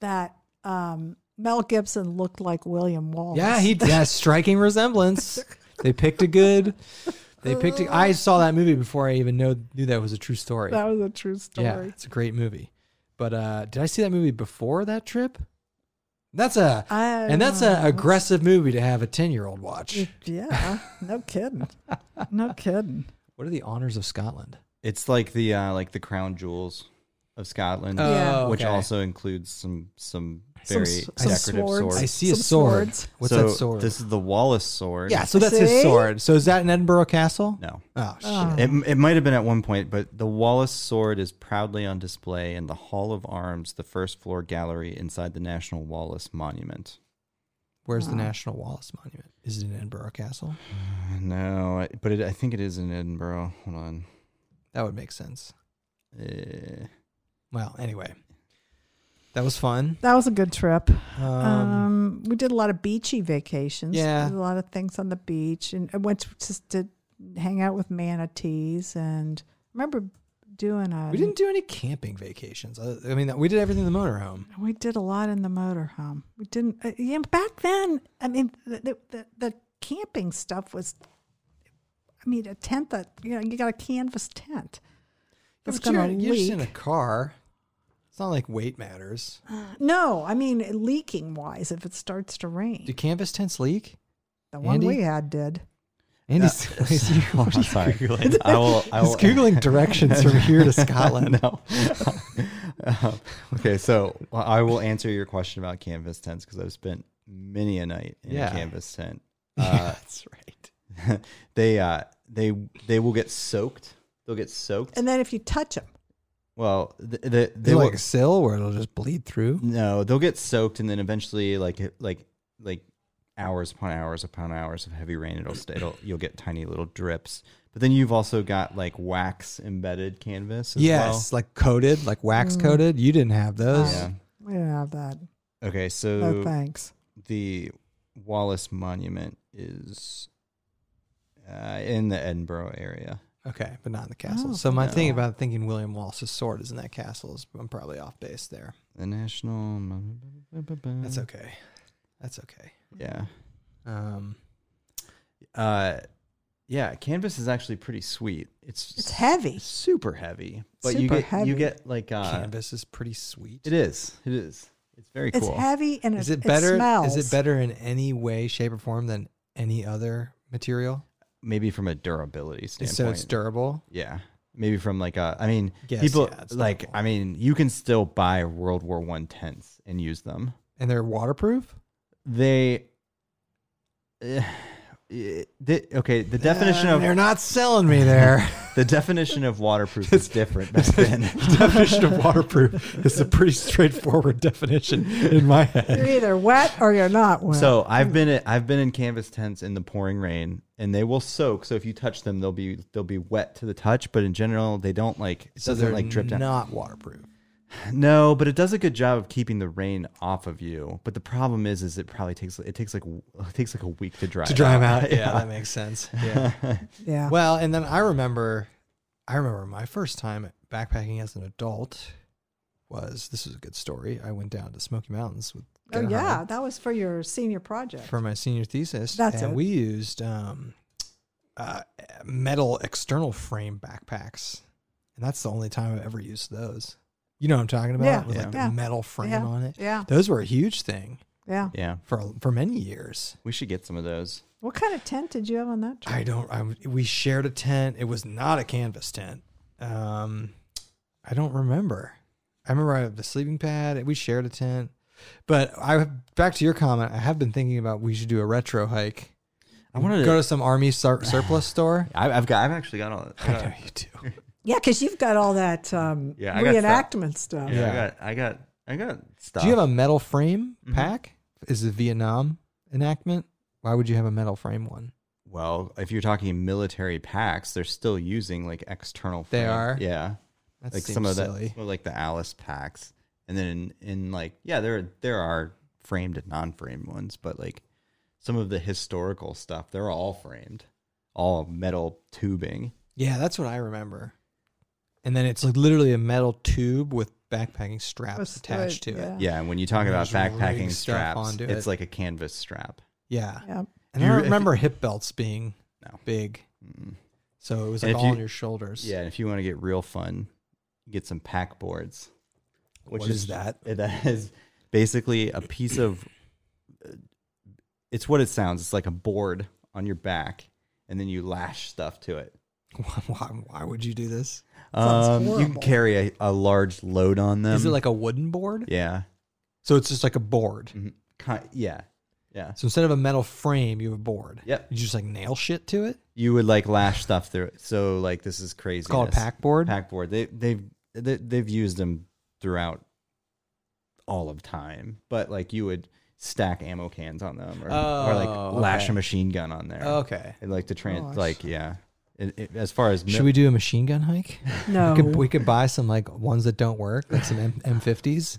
S3: that um, Mel Gibson looked like William Wallace.
S1: Yeah, he yeah, striking resemblance. They picked a good. They picked. A, I saw that movie before I even know knew that was a true story.
S3: Uh. That was a true
S1: yeah,
S3: story.
S1: it's a great movie. But uh did I see that movie before that trip? That's a
S3: I
S1: and that's an
S3: don't know.
S1: aggressive movie to have a ten year old watch.
S3: Um, Yeah. No kidding. No kidding.
S1: What are the honors of Scotland?
S2: It's like the uh, like the crown jewels of Scotland,
S3: Yeah.
S1: Oh,
S2: which
S1: okay.
S2: also includes some some
S3: Some
S2: very
S3: s- some
S2: decorative
S3: swords.
S2: swords.
S1: I see a
S3: Some
S1: sword.
S3: swords.
S1: What's
S2: So
S1: that sword?
S2: This is the Wallace sword.
S1: yeah, so that's his
S3: See?
S1: sword. So is that in Edinburgh Castle?
S2: No.
S1: Oh shit.
S2: It, it might have been at one point, but the Wallace sword is proudly on display in the Hall of Arms, the first floor gallery inside the National Wallace Monument.
S1: Where's
S3: Oh.
S1: the National Wallace Monument? Is it in Edinburgh Castle?
S2: No, I- but it, I think it is in Edinburgh. Hold on.
S1: That would make sense.
S2: Eh.
S1: Well, anyway. That was fun.
S3: That was a good trip.
S1: Um,
S3: Um, we did a lot of beachy vacations.
S1: Yeah.
S3: Did a lot of things on the beach, and I went to, just to hang out with manatees. And I remember doing a
S1: we didn't do any camping vacations. Uh, I mean, we did everything in the motorhome.
S3: we did a lot in the motorhome. We didn't. Uh, yeah, back then, I mean, the, the the the camping stuff was. I mean, a tent that you know you got a canvas tent. It's
S1: But you're,
S3: gonna
S1: you're just in a
S3: leak.
S1: car. It's not like weight matters.
S3: No, I mean leaking wise, if it starts to rain,
S1: Do canvas tents leak?
S3: the one
S1: Andy?
S3: we had did.
S1: Andy's
S2: I'm sorry. I will. I
S1: He's
S2: will
S1: googling directions from here to Scotland.
S2: no. Um, okay, so well, I will answer your question about canvas tents because I've spent many a night in
S1: Yeah.
S2: a canvas tent. Uh,
S1: yeah, that's right.
S2: They uh, they they will get soaked. They'll get soaked.
S3: And then if you touch them,
S2: Well, th- th- they
S1: They
S2: will,
S1: like a sill where it'll just bleed through.
S2: no, they'll get soaked, and then eventually, like it- like like hours upon hours upon hours of heavy rain, it'll stay. It'll, you'll get tiny little drips. But then you've also got like wax embedded canvas. As
S1: Yes, like coated, like wax coated. You didn't have
S2: Well.
S1: those.
S2: Yeah.
S3: we didn't have that.
S2: Okay, so
S3: No thanks.
S2: the Wallace Monument is uh, in the Edinburgh area.
S1: Okay, but not in the castle.
S3: Oh,
S1: so my
S2: no.
S1: thing about thinking William Wallace's sword is in that castle is I'm probably off base there.
S2: The National.
S1: That's okay. That's okay.
S2: Yeah.
S1: Mm-hmm. Um,
S2: Uh, yeah. Canvas is actually pretty sweet. It's
S3: It's heavy.
S2: super heavy, but you
S3: Super
S2: get
S3: heavy.
S2: you get like uh,
S1: canvas is pretty sweet.
S2: it is it is it's very
S3: It's
S2: cool.
S3: heavy and
S1: Is
S3: it,
S1: it better?
S3: smells.
S1: Is it better in any way, shape, or form than any other material?
S2: Maybe from a durability standpoint.
S1: So it's durable.
S2: yeah. Maybe from like a, I mean,
S1: Yes,
S2: people
S1: yeah, it's
S2: like,
S1: durable.
S2: I mean, you can still buy World War One tents and use them.
S1: and they're waterproof.
S2: they, eh, eh, the- okay the definition
S1: Uh,
S2: of
S1: they're not selling me there.
S2: the definition of waterproof is different back then
S1: definition of waterproof is a pretty straightforward definition in my
S3: You're
S1: head.
S3: either wet or you're not wet.
S2: so i've been in, i've been in canvas tents in the pouring rain and they will soak so if you touch them they'll be they'll be wet to the touch but in general they don't like it
S1: So
S2: doesn't
S1: they're
S2: like drip down
S1: not waterproof.
S2: no but it does a good job of keeping the rain off of you but the problem is is it probably takes it takes like it takes like a week to dry
S1: To dry them out, yeah, that makes sense. Yeah.
S3: yeah,
S1: well, and then I remember, I remember my first time backpacking as an adult was this is a good story. I went down to Smoky Mountains with
S3: oh
S1: Gerhard.
S3: yeah, that was for your senior project.
S1: for my senior thesis.
S3: That's
S1: and
S3: it.
S1: we used um, uh, metal external frame backpacks, and that's the only time I've ever used those. You know what I'm talking about?
S3: Yeah,
S1: With like
S2: Yeah.
S1: the
S3: yeah.
S1: metal frame
S3: Yeah,
S1: on it.
S3: yeah.
S1: Those were a huge thing.
S3: Yeah.
S2: Yeah,
S1: for for many years.
S2: we should get some of those.
S3: What kind of tent did you have on that trip?
S1: I don't. I, we shared a tent. It was not a canvas tent. Um, I don't remember. I remember I had the sleeping pad. We shared a tent. But I back to your comment. I have been thinking about we should do a retro hike.
S2: I wanted to-
S1: Mm, go to some army sur- surplus store.
S2: I, I've got. I've actually got all. I
S1: I
S2: got-
S1: know you do.
S3: Yeah, because you've got all that um,
S2: Yeah, I got stuff.
S3: reenactment stuff.
S2: yeah,
S1: Yeah.
S2: I got. I got. I got stuff.
S1: Do you have a metal frame
S2: Mhm.
S1: pack? Is it Vietnam enactment? Why would you have a metal frame one?
S2: well, if you're talking military packs, they're still using like external.
S1: They
S2: frame.
S1: are?
S2: Yeah.
S1: That
S2: like
S1: seems
S2: some of
S1: silly.
S2: that, well, like the Alice packs, and then in, in like yeah, there there are framed and non-framed ones, but like some of the historical stuff, they're all framed, all metal tubing.
S1: Yeah, that's what I remember. And then it's like literally a metal tube with backpacking straps
S3: With
S1: attached
S3: thread,
S1: to
S3: yeah.
S1: it.
S2: Yeah, and when you talk about
S1: There's rigged
S2: backpacking
S1: stuff
S2: straps,
S1: onto
S2: it's
S1: it.
S2: like a canvas strap.
S1: Yeah.
S3: Yeah.
S1: And
S2: If
S1: I
S2: you-
S1: don't
S2: if
S1: remember hip belts being
S2: No.
S1: big.
S2: Mm.
S1: So it was
S2: And
S1: like
S2: if
S1: all
S2: you-
S1: on your shoulders.
S2: Yeah, and if you want to get real fun, get some pack boards.
S1: What is that?
S2: That is basically a piece of. It's what it sounds. It's like a board on your back, and then you lash stuff to it.
S1: why, why would you do this?
S3: Sounds
S2: Um, you can
S3: horrible.
S2: carry a, a large load on them.
S1: is it like a wooden board?
S2: Um, yeah,
S1: So it's just like a board.
S2: Mhm. Ki- yeah, yeah?
S1: So instead of a metal frame, you have a board.
S2: Yep.
S1: You just like nail shit to it.
S2: You would like lash stuff through it. So like this is crazy.
S1: It's called a pack board.
S2: Pack board. They they've they, they've used them throughout all of time, but like you would stack ammo cans on them, or, or
S1: Oh,
S2: like lash
S1: okay. Oh.
S2: a machine gun on there.
S1: Okay.
S2: And, like to trans,
S3: Gosh.
S2: like yeah. It, it, as far as
S1: Should we do a machine gun hike?
S3: No.
S1: We could, we could buy some like ones that don't work, like some M- M50s,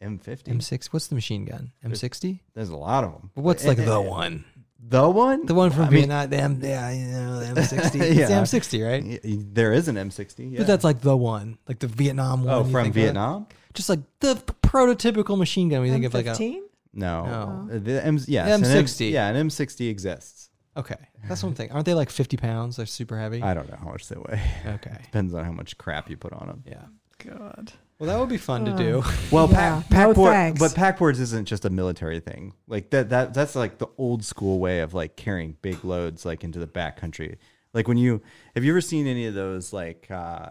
S2: M50,
S1: M6. What's the machine gun? M60?
S2: there's a lot of them.
S1: But What's like the one?
S2: The one?
S1: The one from
S2: I mean,
S1: Vietnam, the M, yeah, you know, the M60. It's the
S2: Yeah.
S1: M60, right?
S2: y- y- There is an M60. Yeah.
S1: But that's like the one, like the Vietnam one.
S2: Oh,
S1: you
S2: from
S1: think of.
S2: Vietnam?
S1: Just like the p- prototypical machine gun. We think of like a.
S3: fifteen.
S2: No. Uh, The M- yes,
S1: The
S2: an
S1: M60.
S2: yeah, an M60 exists.
S1: Okay, that's one thing. Aren't they like 50 pounds? They're super heavy.
S2: I don't know how much they weigh.
S1: Okay.
S2: Depends on how much crap you put on them.
S1: Yeah.
S3: God.
S1: Well, that would be fun to do.
S2: Well,
S3: Yeah.
S2: pack, pack
S3: No
S2: board,
S3: thanks.
S2: but pack boards isn't just a military thing. Like that, that that's like the old school way of like carrying big loads like into the backcountry. Like when you have you ever seen any of those like uh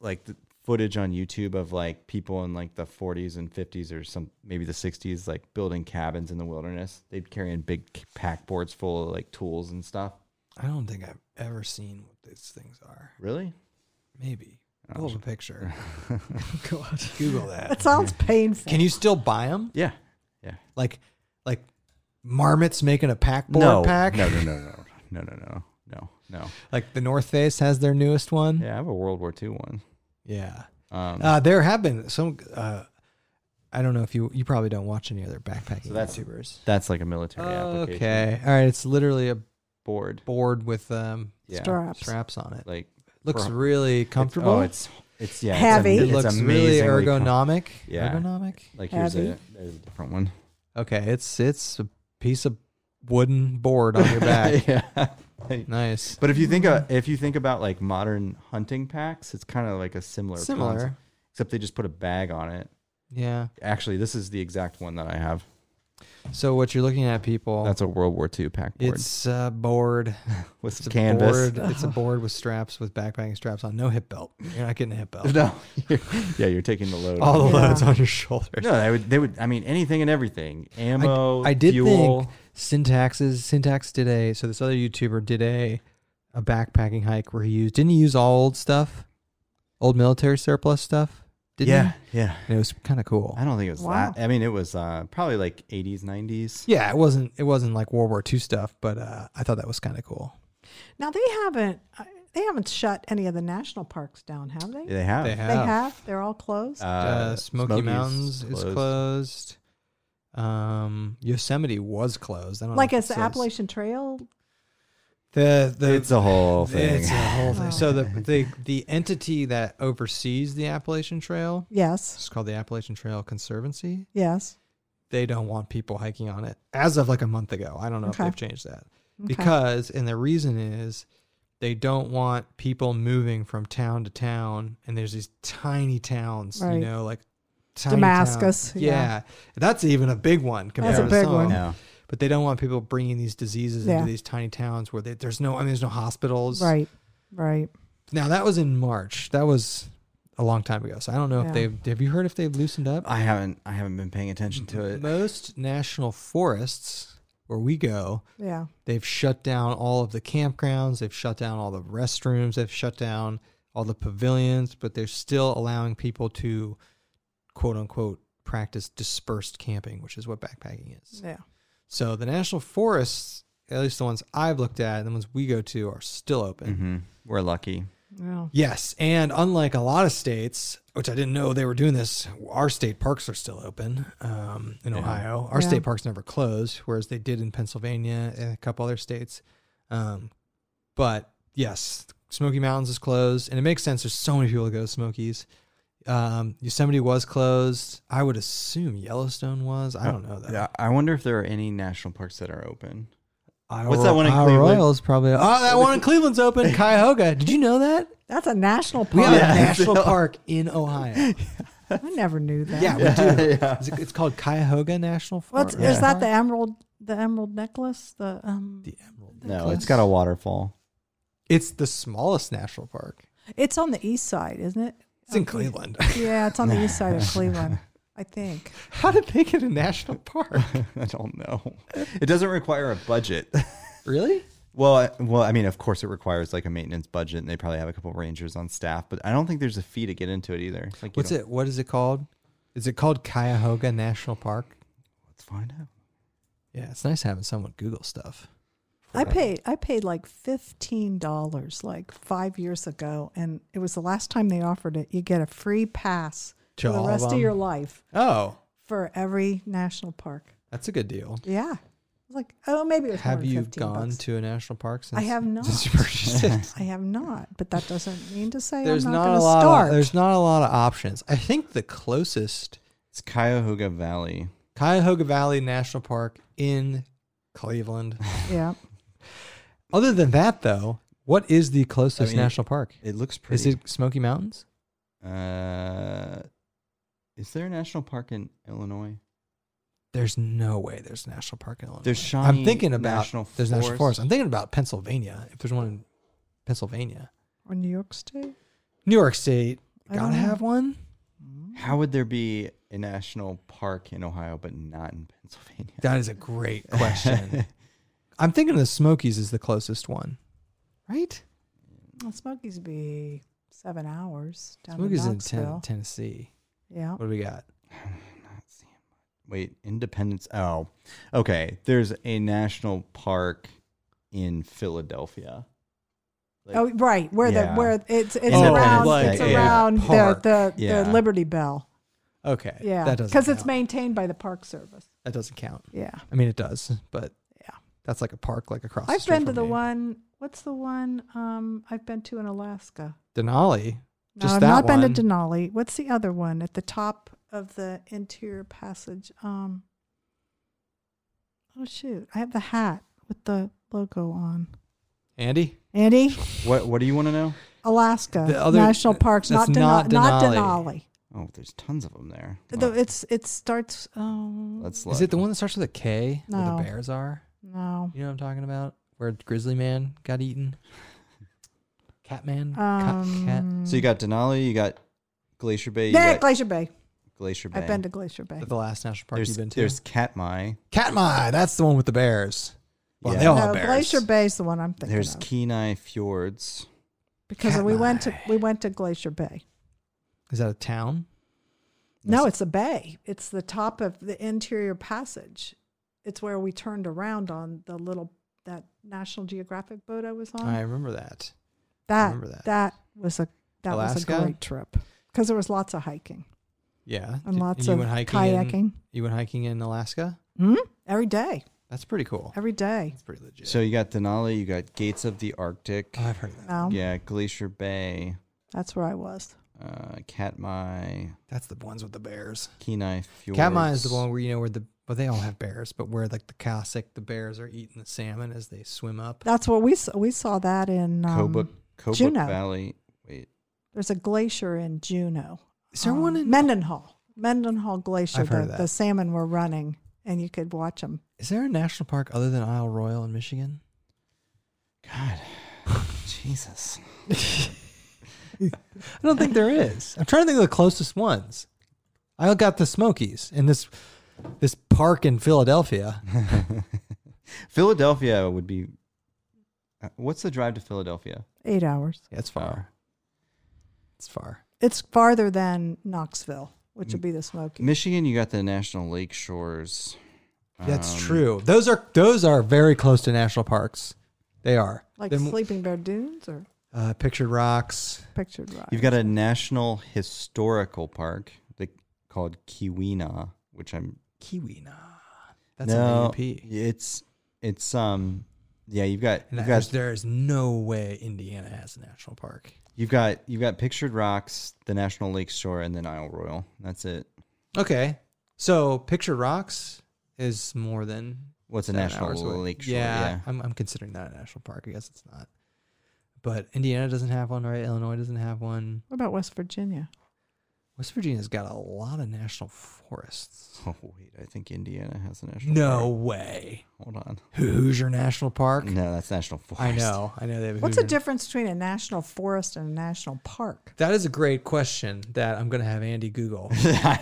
S2: like the footage on YouTube of like people in like the 40s and 50s or some maybe the 60s like building cabins in the wilderness. They'd carry in big pack boards full of like tools and stuff.
S1: I don't think I've ever seen what these things are.
S2: Really?
S1: Maybe. Pull
S2: Oh.
S1: up a picture. God. Google
S3: That
S1: that.
S3: sounds painful.
S1: Can you still buy them?
S2: Yeah. Yeah.
S1: Like, like marmots making a pack board
S2: no,
S1: pack?
S2: No, no, no, no, no, no, no, no, no.
S1: Like the North Face has their newest one.
S2: Yeah, I have a World War II one.
S1: Yeah.
S2: Um,
S1: Hmm. Uh, there have been some. Uh, I don't know if you you probably don't watch any other backpacking
S2: So that's-
S1: YouTubers.
S2: that's like a military application.
S1: Okay, all right. It's literally a
S2: Board.
S1: board with um,
S2: Yeah.
S3: Straps.
S1: straps on it.
S2: Like
S1: Looks
S2: for-
S1: really comfortable.
S2: Oh, it's it's yeah.
S3: Heavy.
S2: It's,
S1: it
S2: am- it's
S1: looks really
S2: amazingly com-
S1: ergonomic.
S2: Yeah.
S1: Ergonomic.
S2: Like here's a
S3: Heavy.
S2: there's a different one.
S1: Okay, it's it's a piece of wooden board on your back.
S2: yeah.
S1: nice.
S2: But if you think of, if you think about like modern hunting packs, it's kind of like a similar
S1: Similar.
S2: concept, except they just put a bag on it.
S1: Yeah.
S2: Actually, this is the exact one that I have.
S1: So what you're looking at, people?
S2: That's a World War II pack board
S1: Oh. it's a board.
S2: with
S1: It's
S2: some
S1: a
S2: canvas.
S1: board. It's a board with straps with backpacking straps on. No hip belt. You're not getting a hip belt.
S2: No, yeah, you're taking the load.
S1: All the
S2: off.
S3: Yeah.
S1: loads on your shoulders.
S2: no, they would. They would. I mean, anything and everything. Ammo.
S1: I did
S2: fuel.
S1: think syntaxes. Syntax did a so this other YouTuber did a a backpacking hike where he used didn't he use all old stuff, old military surplus stuff. Didn't
S2: yeah,
S1: he?
S2: yeah.
S1: And it was kind of cool.
S2: I don't think it was
S3: Wow.
S2: that. I mean, it was uh, probably like 80s, 90s.
S1: Yeah, it wasn't it wasn't like World War II stuff, but uh, I thought that was kind of cool.
S3: now they haven't I- they haven't shut any of the national parks down, have they?
S2: They have.
S1: They have,
S3: They have. They're all closed.
S2: Oh. Uh,
S1: uh, Smoky
S2: Smokies
S1: Mountains is closed. Um, Yosemite was closed. I don't
S3: like
S1: know if
S3: it's
S1: it
S3: the
S1: says-
S3: Appalachian Trail.
S1: The the
S2: It's a whole thing.
S1: it's a whole thing.
S3: Oh.
S1: So the the the entity that oversees the Appalachian Trail
S3: Yes.
S1: It's called the Appalachian Trail Conservancy.
S3: Yes.
S1: They don't want people hiking on it as of like a month ago. I don't know
S3: Okay.
S1: if they've changed that
S3: Okay.
S1: because, and the reason is they don't want people moving from town to town. And there's these tiny towns,
S3: Right.
S1: you know, like tiny
S3: Damascus,
S1: town.
S3: yeah.
S1: Yeah. that's even a big one compared
S3: a
S1: to
S3: big
S1: some.
S3: one.
S2: Yeah.
S1: But they don't want people bringing these diseases
S3: Yeah.
S1: into these tiny towns where they, there's no, I mean, there's no hospitals.
S3: Right. Right.
S1: Now that was in March. That was a long time ago. So I don't know
S3: Yeah.
S1: if they've. Have you heard if they've loosened up?
S2: I haven't I haven't been paying attention to it.
S1: Most national forests where we go,
S3: Yeah.
S1: they've shut down all of the campgrounds. They've shut down all the restrooms. They've shut down all the pavilions. But they're still allowing people to, quote unquote, practice dispersed camping, which is what backpacking is.
S3: Yeah.
S1: So the national forests, at least the ones I've looked at and the ones we go to, are still open.
S2: hmm We're lucky.
S3: Yeah.
S1: Yes, and unlike a lot of states, which I didn't know they were doing this, our state parks are still open um, in
S2: Yeah.
S1: Ohio. Our
S3: Yeah.
S1: state parks never closed, whereas they did in Pennsylvania and a couple other states. Um, but yes, Smoky Mountains is closed, and it makes sense. There's so many people that go to Smokies. Um, Yosemite was closed. I would assume Yellowstone was. I don't know that.
S2: Yeah, I wonder if there are any national parks that are open.
S1: Our-
S2: What's that one in
S1: our
S2: Cleveland?
S1: Royals probably. Oh, that one in Cleveland's open. Cuyahoga. Did you know that?
S3: That's a national park.
S1: We have
S2: Yeah.
S1: a national park in Ohio.
S3: I never knew that.
S1: Yeah, we do.
S2: yeah.
S1: It's, it's called Cuyahoga National Forest.
S3: What's is that the emerald the emerald necklace? The um
S1: The Emerald.
S2: No, it's got a waterfall.
S1: It's the smallest national park.
S3: it's on the east side, isn't it?
S1: It's in
S3: Okay.
S1: Cleveland.
S3: Yeah, it's on the east side of Cleveland, I think.
S1: How did they get a national park?
S2: I don't know. It doesn't require a budget.
S1: really?
S2: Well, I, well, I mean, of course, it requires like a maintenance budget, and they probably have a couple rangers on staff. But I don't think there's a fee to get into it either. Like, you
S1: What's
S2: don't-
S1: it? What is it called? Is it called Cuyahoga National Park?
S2: Let's find out.
S1: Yeah, it's nice having someone Google stuff.
S3: I paid I paid like fifteen dollars like five years ago, and it was the last time they offered it. You get a free pass
S1: To
S3: for the
S1: all of
S3: rest of,
S1: them?
S3: your life
S1: Oh,
S3: for every national park.
S1: that's a good deal.
S3: Yeah, I was like, oh, maybe it was more
S1: Have
S3: than
S1: you
S3: 15
S1: gone
S3: bucks.
S1: to a national park since?
S3: I have not.
S1: Since you purchased it?
S3: I have not, but that doesn't mean to say
S1: there's
S3: I'm
S1: not,
S3: not,
S1: a
S3: going to
S1: lot.
S3: start.
S1: Of, there's not a lot of options. I think the closest
S2: It's Cuyahoga Valley.
S1: Cuyahoga Valley National Park in Cleveland.
S3: yeah,
S1: Other than that, though, what is the closest
S2: I mean,
S1: national park?
S2: It looks pretty.
S1: Is it Smoky Mountains?
S2: Uh, is there a national park in Illinois?
S1: There's no way there's a national park in Illinois.
S2: There's Shawnee
S1: I'm thinking about
S2: National
S1: there's national
S2: Forest.
S1: forest. I'm thinking about Pennsylvania. If there's one in Pennsylvania,
S3: or New York State.
S1: New York State
S3: I
S1: gotta
S3: don't know. Mm-hmm.
S1: have one.
S2: How would there be a national park in Ohio but not in Pennsylvania?
S1: That is a great question. I'm thinking the Smokies is the closest one, right?
S3: Well, Smokies would be seven hours down
S1: Smokies
S3: to
S1: in ten,
S3: Knoxville.
S1: Tennessee.
S3: yeah,
S1: What do we got?
S2: Wait, Independence. Oh, okay. There's a national park in Philadelphia. Like-
S3: oh right, where
S2: Yeah.
S3: the where it's it's
S2: Oh,
S3: around
S2: like
S3: it's
S2: a
S3: around the
S1: park.
S3: the,
S2: Yeah.
S3: the Liberty Bell.
S1: Okay,
S3: Yeah,
S1: that doesn't
S3: because it's
S1: count.
S3: maintained by the Park Service.
S1: that doesn't count.
S3: Yeah,
S1: I mean, it does, but
S3: Yeah.
S1: that's like a park, like across. the
S3: I've
S1: street
S3: been to
S1: from
S3: the
S1: me.
S3: one. What's the one um I've been to in Alaska?
S1: Denali.
S3: No,
S1: Just
S3: I've
S1: that
S3: not been
S1: one.
S3: to Denali. What's the other one at the top of the interior passage? Um, oh shoot, I have the hat with the logo on.
S1: Andy,
S3: Andy,
S2: What What do you want to know?
S3: Alaska
S1: The other-
S3: national parks,
S1: that's
S3: not, Dena-
S1: not
S3: not
S1: Denali.
S3: Denali.
S2: Oh, there's tons of them there.
S3: The-
S2: Well,
S3: it's it starts. Um,
S2: let's
S1: is
S2: look.
S1: it the one that starts with a K? Where
S3: No.
S1: the bears are.
S3: no.
S1: You know what I'm talking about? Where Grizzly Man got eaten. Catman.
S3: Um,
S1: cat,
S2: So you got Denali, you got Glacier Bay, you
S3: yeah,
S2: got
S3: Glacier Bay.
S2: Glacier Bay.
S3: I've been to Glacier Bay.
S1: cat. The last national park
S2: there's,
S1: you've been to.
S2: There's Katmai.
S1: Katmai. That's the one with the bears. Well,
S2: Yeah.
S1: they all
S3: no,
S1: have bears.
S3: Glacier Bay's the one I'm thinking
S2: There's
S3: of
S2: Kenai Fjords.
S3: because we went to we went to Glacier Bay.
S1: Is that a town?
S3: No, it's a bay. It's the top of the interior passage. It's where we turned around on the little that National Geographic boat I was on.
S1: I remember that.
S3: that,
S1: remember that.
S3: was a that
S1: Alaska?
S3: was a great trip because there was lots of hiking
S1: Yeah.
S3: and
S1: Did-
S3: lots
S1: you
S3: of
S1: went hiking
S3: kayaking.
S1: In, you went hiking in Alaska.
S3: Hmm? Every day,
S1: That's pretty cool.
S3: every day.
S1: That's pretty legit.
S2: So you got Denali, you got Gates of the Arctic.
S1: Oh, I've heard of that.
S3: No,
S2: yeah, Glacier Bay,
S3: that's where I was.
S2: uh, Katmai,
S1: That's the ones with the bears.
S2: Kenai Fjords.
S1: Katmai is the one where you know where the well they all have bears, but where like the Cossack, the bears are eating the salmon as they swim up.
S3: That's what we saw. We saw that in um,
S2: Kobuk, Kobuk
S3: Juneau.
S2: Valley. Wait,
S3: There's a glacier in Juneau.
S1: Is there one
S3: Um,
S1: in
S3: Mendenhall? Mendenhall Glacier,
S1: I've heard
S3: the,
S1: of that.
S3: the salmon were running, and you could watch them.
S1: Is there a national park other than Isle Royal in Michigan?
S2: God, Jesus.
S1: I don't think there is. I'm trying to think of the closest ones. I got the Smokies and this this park in Philadelphia.
S2: Philadelphia would be. uh, What's the drive to Philadelphia?
S3: Eight hours.
S1: Yeah, it's far. It's far.
S3: It's farther than Knoxville, which
S1: Mm.
S3: would be the Smokies.
S2: Michigan, you got the National Lake Shores.
S1: That's
S2: Um,
S1: true. Those are those are very close to national parks. They are.
S3: Like
S1: Mm. Then,
S3: Sleeping Bear Dunes or
S1: uh, Pictured Rocks.
S3: Pictured Rock.
S2: You've got a National Historical Park that, called Kiwina, which I'm
S1: Kiwina. That's
S2: No,
S1: an AUP.
S2: It's it's um yeah you've got
S1: And
S2: you've
S1: that-
S2: got
S1: there is no way Indiana has a national park.
S2: you've got you've got pictured rocks, the National Lake Shore, and then Isle Royal. That's it.
S1: Okay. So Picture Rocks is more than
S2: What's a
S1: seven
S2: National
S1: hours away.
S2: Lake Shore?
S1: Yeah,
S2: Yeah.
S1: I'm, I'm considering that a national park. I guess it's not. But Indiana doesn't have one, right? Illinois doesn't have one.
S3: what about West Virginia?
S1: West Virginia's got a lot of national forests.
S2: Oh wait, I think Indiana has a national.
S1: No way.
S2: park. hold on.
S1: Hoosier National Park.
S2: No, that's National Forest.
S1: I know. I know they have. a
S3: What's the
S1: Hoosier-
S3: difference between a national forest and a national park?
S1: That is a great question that I'm going to have Andy Google.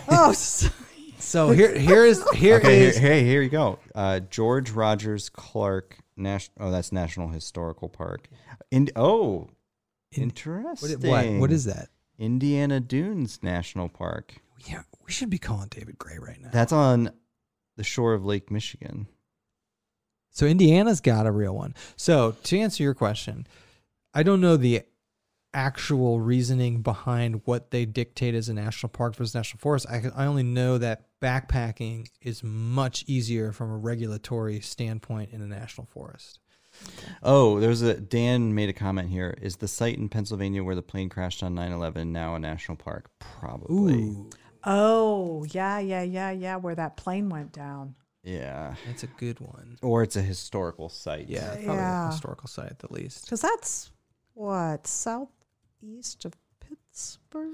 S3: oh, s-
S1: So here, here is here is
S2: Okay, here, hey, here you go. Uh, George Rogers Clark National. Oh, that's National Historical Park. In oh,
S1: In- what,
S2: interesting.
S1: it- what what is that?
S2: Indiana Dunes National Park?
S1: Yeah, we should be calling David Gray right now.
S2: That's on the shore of Lake Michigan.
S1: So Indiana's got a real one. So to answer your question, I don't know the actual reasoning behind what they dictate as a national park versus national forest. I, can- I only know that backpacking is much easier from a regulatory standpoint in a national forest.
S2: Oh, there's a Dan made a comment here. Is the site in Pennsylvania where the plane crashed on 9/11 now a national park? Probably.
S3: oh, yeah, yeah, yeah, yeah, where that plane went down.
S2: Yeah.
S1: that's a good one.
S2: Or it's a historical site.
S1: Yeah, probably a
S3: Yeah.
S1: historical site at the least.
S3: Because that's what, southeast of Pittsburgh?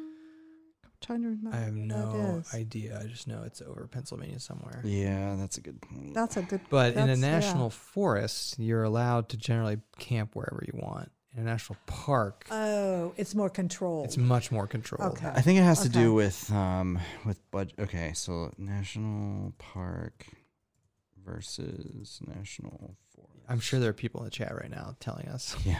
S3: I'm trying to remember.
S1: I have
S3: where that
S1: no
S3: is.
S1: idea. I just know it's over Pennsylvania somewhere.
S2: Yeah, that's a good point.
S3: That's a good
S1: But in a
S3: that's- yeah.
S1: national forest, you're allowed to generally camp wherever you want. In a national park,
S3: Oh, it's more controlled.
S1: It's much more controlled.
S3: Okay.
S2: I think it has to
S3: Okay.
S2: do with um with budget. Okay, so national park versus national forest.
S1: I'm sure there are people in the chat right now telling us.
S2: Yeah.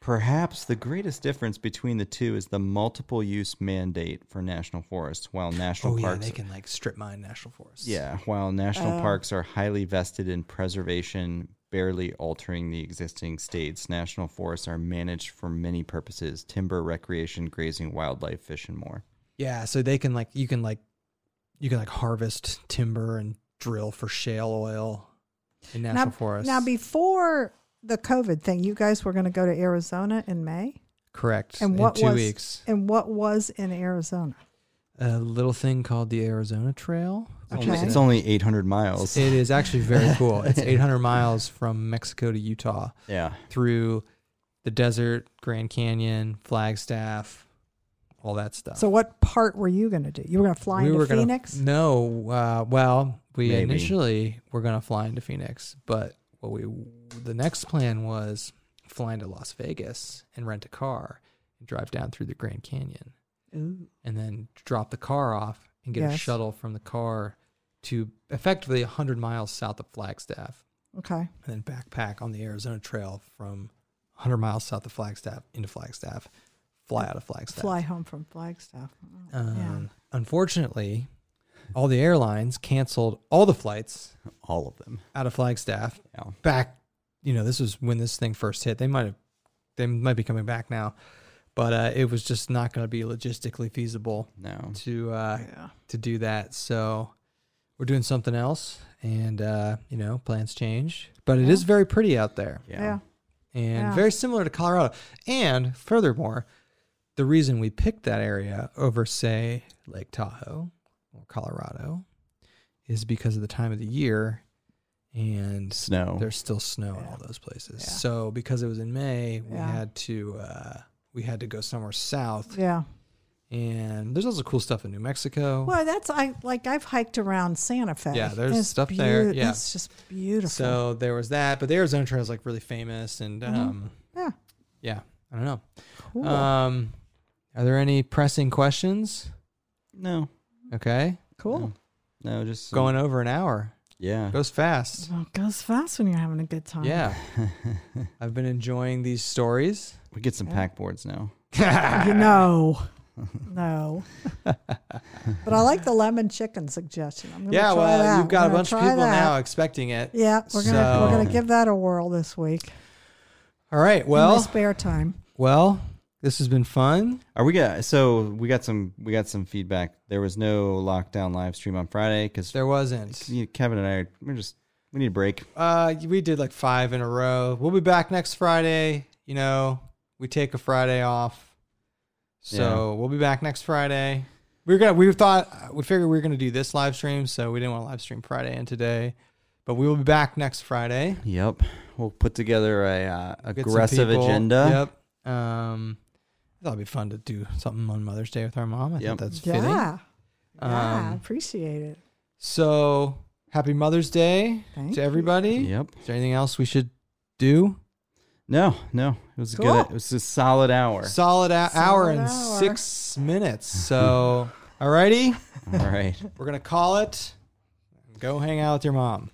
S2: Perhaps the greatest difference between the two is the multiple use mandate for national forests, while national
S1: Oh yeah,
S2: parks
S1: they can like strip mine national forests.
S2: Yeah, while national parks are highly vested in preservation, barely altering the existing states, national forests are managed for many purposes timber, recreation, grazing, wildlife, fish, and more.
S1: Yeah, so they can like you can like you can like harvest timber and drill for shale oil in national
S3: now,
S1: forests.
S3: Now, before the COVID thing, you guys were going to go to Arizona in May,
S1: correct.
S3: and what
S1: in two
S3: was
S1: weeks.
S3: and what was in Arizona?
S1: A little thing called the Arizona Trail.
S2: It's
S1: which is
S2: only-
S3: Okay.
S2: It's
S1: a-
S2: only 800 miles.
S1: it is actually very cool. It's 800 miles from Mexico to Utah
S2: yeah.
S1: through the desert, Grand Canyon, Flagstaff, all that stuff.
S3: So, what part were you going to do? You were going to fly into
S1: gonna-
S3: Phoenix.
S1: no, uh, well, we
S2: Maybe.
S1: initially were gonna fly into Phoenix, but what we the next plan was fly into Las Vegas and rent a car and drive down through the Grand Canyon
S3: Ooh.
S1: and then drop the car off and get a
S3: Yes.
S1: shuttle from the car to effectively 100 miles south of Flagstaff
S3: Okay.
S1: and then backpack on the Arizona Trail from 100 miles south of Flagstaff into Flagstaff, fly out of Flagstaff.
S3: Fly home from Flagstaff. Oh,
S1: Um, Unfortunately, all the airlines canceled all the flights
S2: All of them.
S1: out of Flagstaff.
S2: Yeah.
S1: Back, you know, this was when this thing first hit. They might have, they might be coming back now, but uh, it was just not going to be logistically feasible
S2: No.
S1: to uh,
S3: yeah. yeah.
S1: to do that. So we're doing something else, and uh, you know, plans change. But it is very pretty out there
S2: Yeah.
S3: Yeah.
S1: and
S3: Yeah.
S1: very similar to Colorado. And furthermore, the reason we picked that area over, say, Lake Tahoe or Colorado is because of the time of the year and
S2: Snow.
S1: there's still snow in all those places. So because it was in May, we
S3: Yeah.
S1: had to uh, we had to go somewhere south
S3: Yeah.
S1: And there's also cool stuff in New Mexico.
S3: Well, that's I like I've hiked around Santa Fe.
S1: Yeah, there's
S3: It's
S1: stuff there,
S3: beaut-
S1: yeah.
S3: it's just beautiful. Mm-hmm.
S1: So there was that, but the Arizona Trail is like really famous, and um,
S3: yeah,
S1: yeah, I don't know.
S3: cool.
S1: Um, are there any pressing questions?
S2: No,
S1: Okay,
S3: cool.
S2: no, just some-
S1: going over an hour
S2: Yeah,
S1: goes fast.
S3: Well, it goes fast when you're having a good time.
S1: Yeah, I've been enjoying these stories.
S2: we get some
S3: Yeah.
S2: pack boards now.
S3: You know. No. but I like the lemon chicken suggestion. I'm gonna
S1: yeah,
S3: try
S1: well,
S3: that.
S1: you've got
S3: We're
S1: a
S3: gonna
S1: bunch of
S3: try
S1: people
S3: that.
S1: now expecting it.
S3: Yeah, we're gonna we're
S1: So-
S3: gonna give that a whirl this week.
S1: All right,
S3: in my
S1: well,
S3: spare time.
S1: well, this has been fun.
S2: Are we got so we got some we got some feedback. There was no lockdown live stream on Friday because
S1: There wasn't.
S2: Kevin and I are- we're just we need a break.
S1: Uh, we did like five in a row. We'll be back next Friday. You know, we take a Friday off, so
S2: Yeah.
S1: we'll be back next Friday. We were gonna, we thought, we figured we were gonna do this live stream, so we didn't want to live stream Friday and today, but we will be back next Friday.
S2: Yep, we'll put together a uh,
S1: Get some
S2: aggressive
S1: people.
S2: agenda.
S1: Yep. Um, that'll be fun to do something on Mother's Day with our mom. I
S2: Yep.
S1: think that's fitting.
S3: Yeah. Yeah,
S1: Um,
S3: appreciate it.
S1: So happy Mother's Day
S3: Thank
S1: to
S3: you.
S1: everybody.
S2: Yep.
S1: Is there anything else we should do?
S2: No, no, it was
S3: Cool.
S2: good. It was a solid hour.
S1: Solid, hou-
S3: Solid
S1: hour and
S3: hour.
S1: six minutes. So, alrighty,
S2: All right.
S1: we're gonna call it. Go hang out with your mom.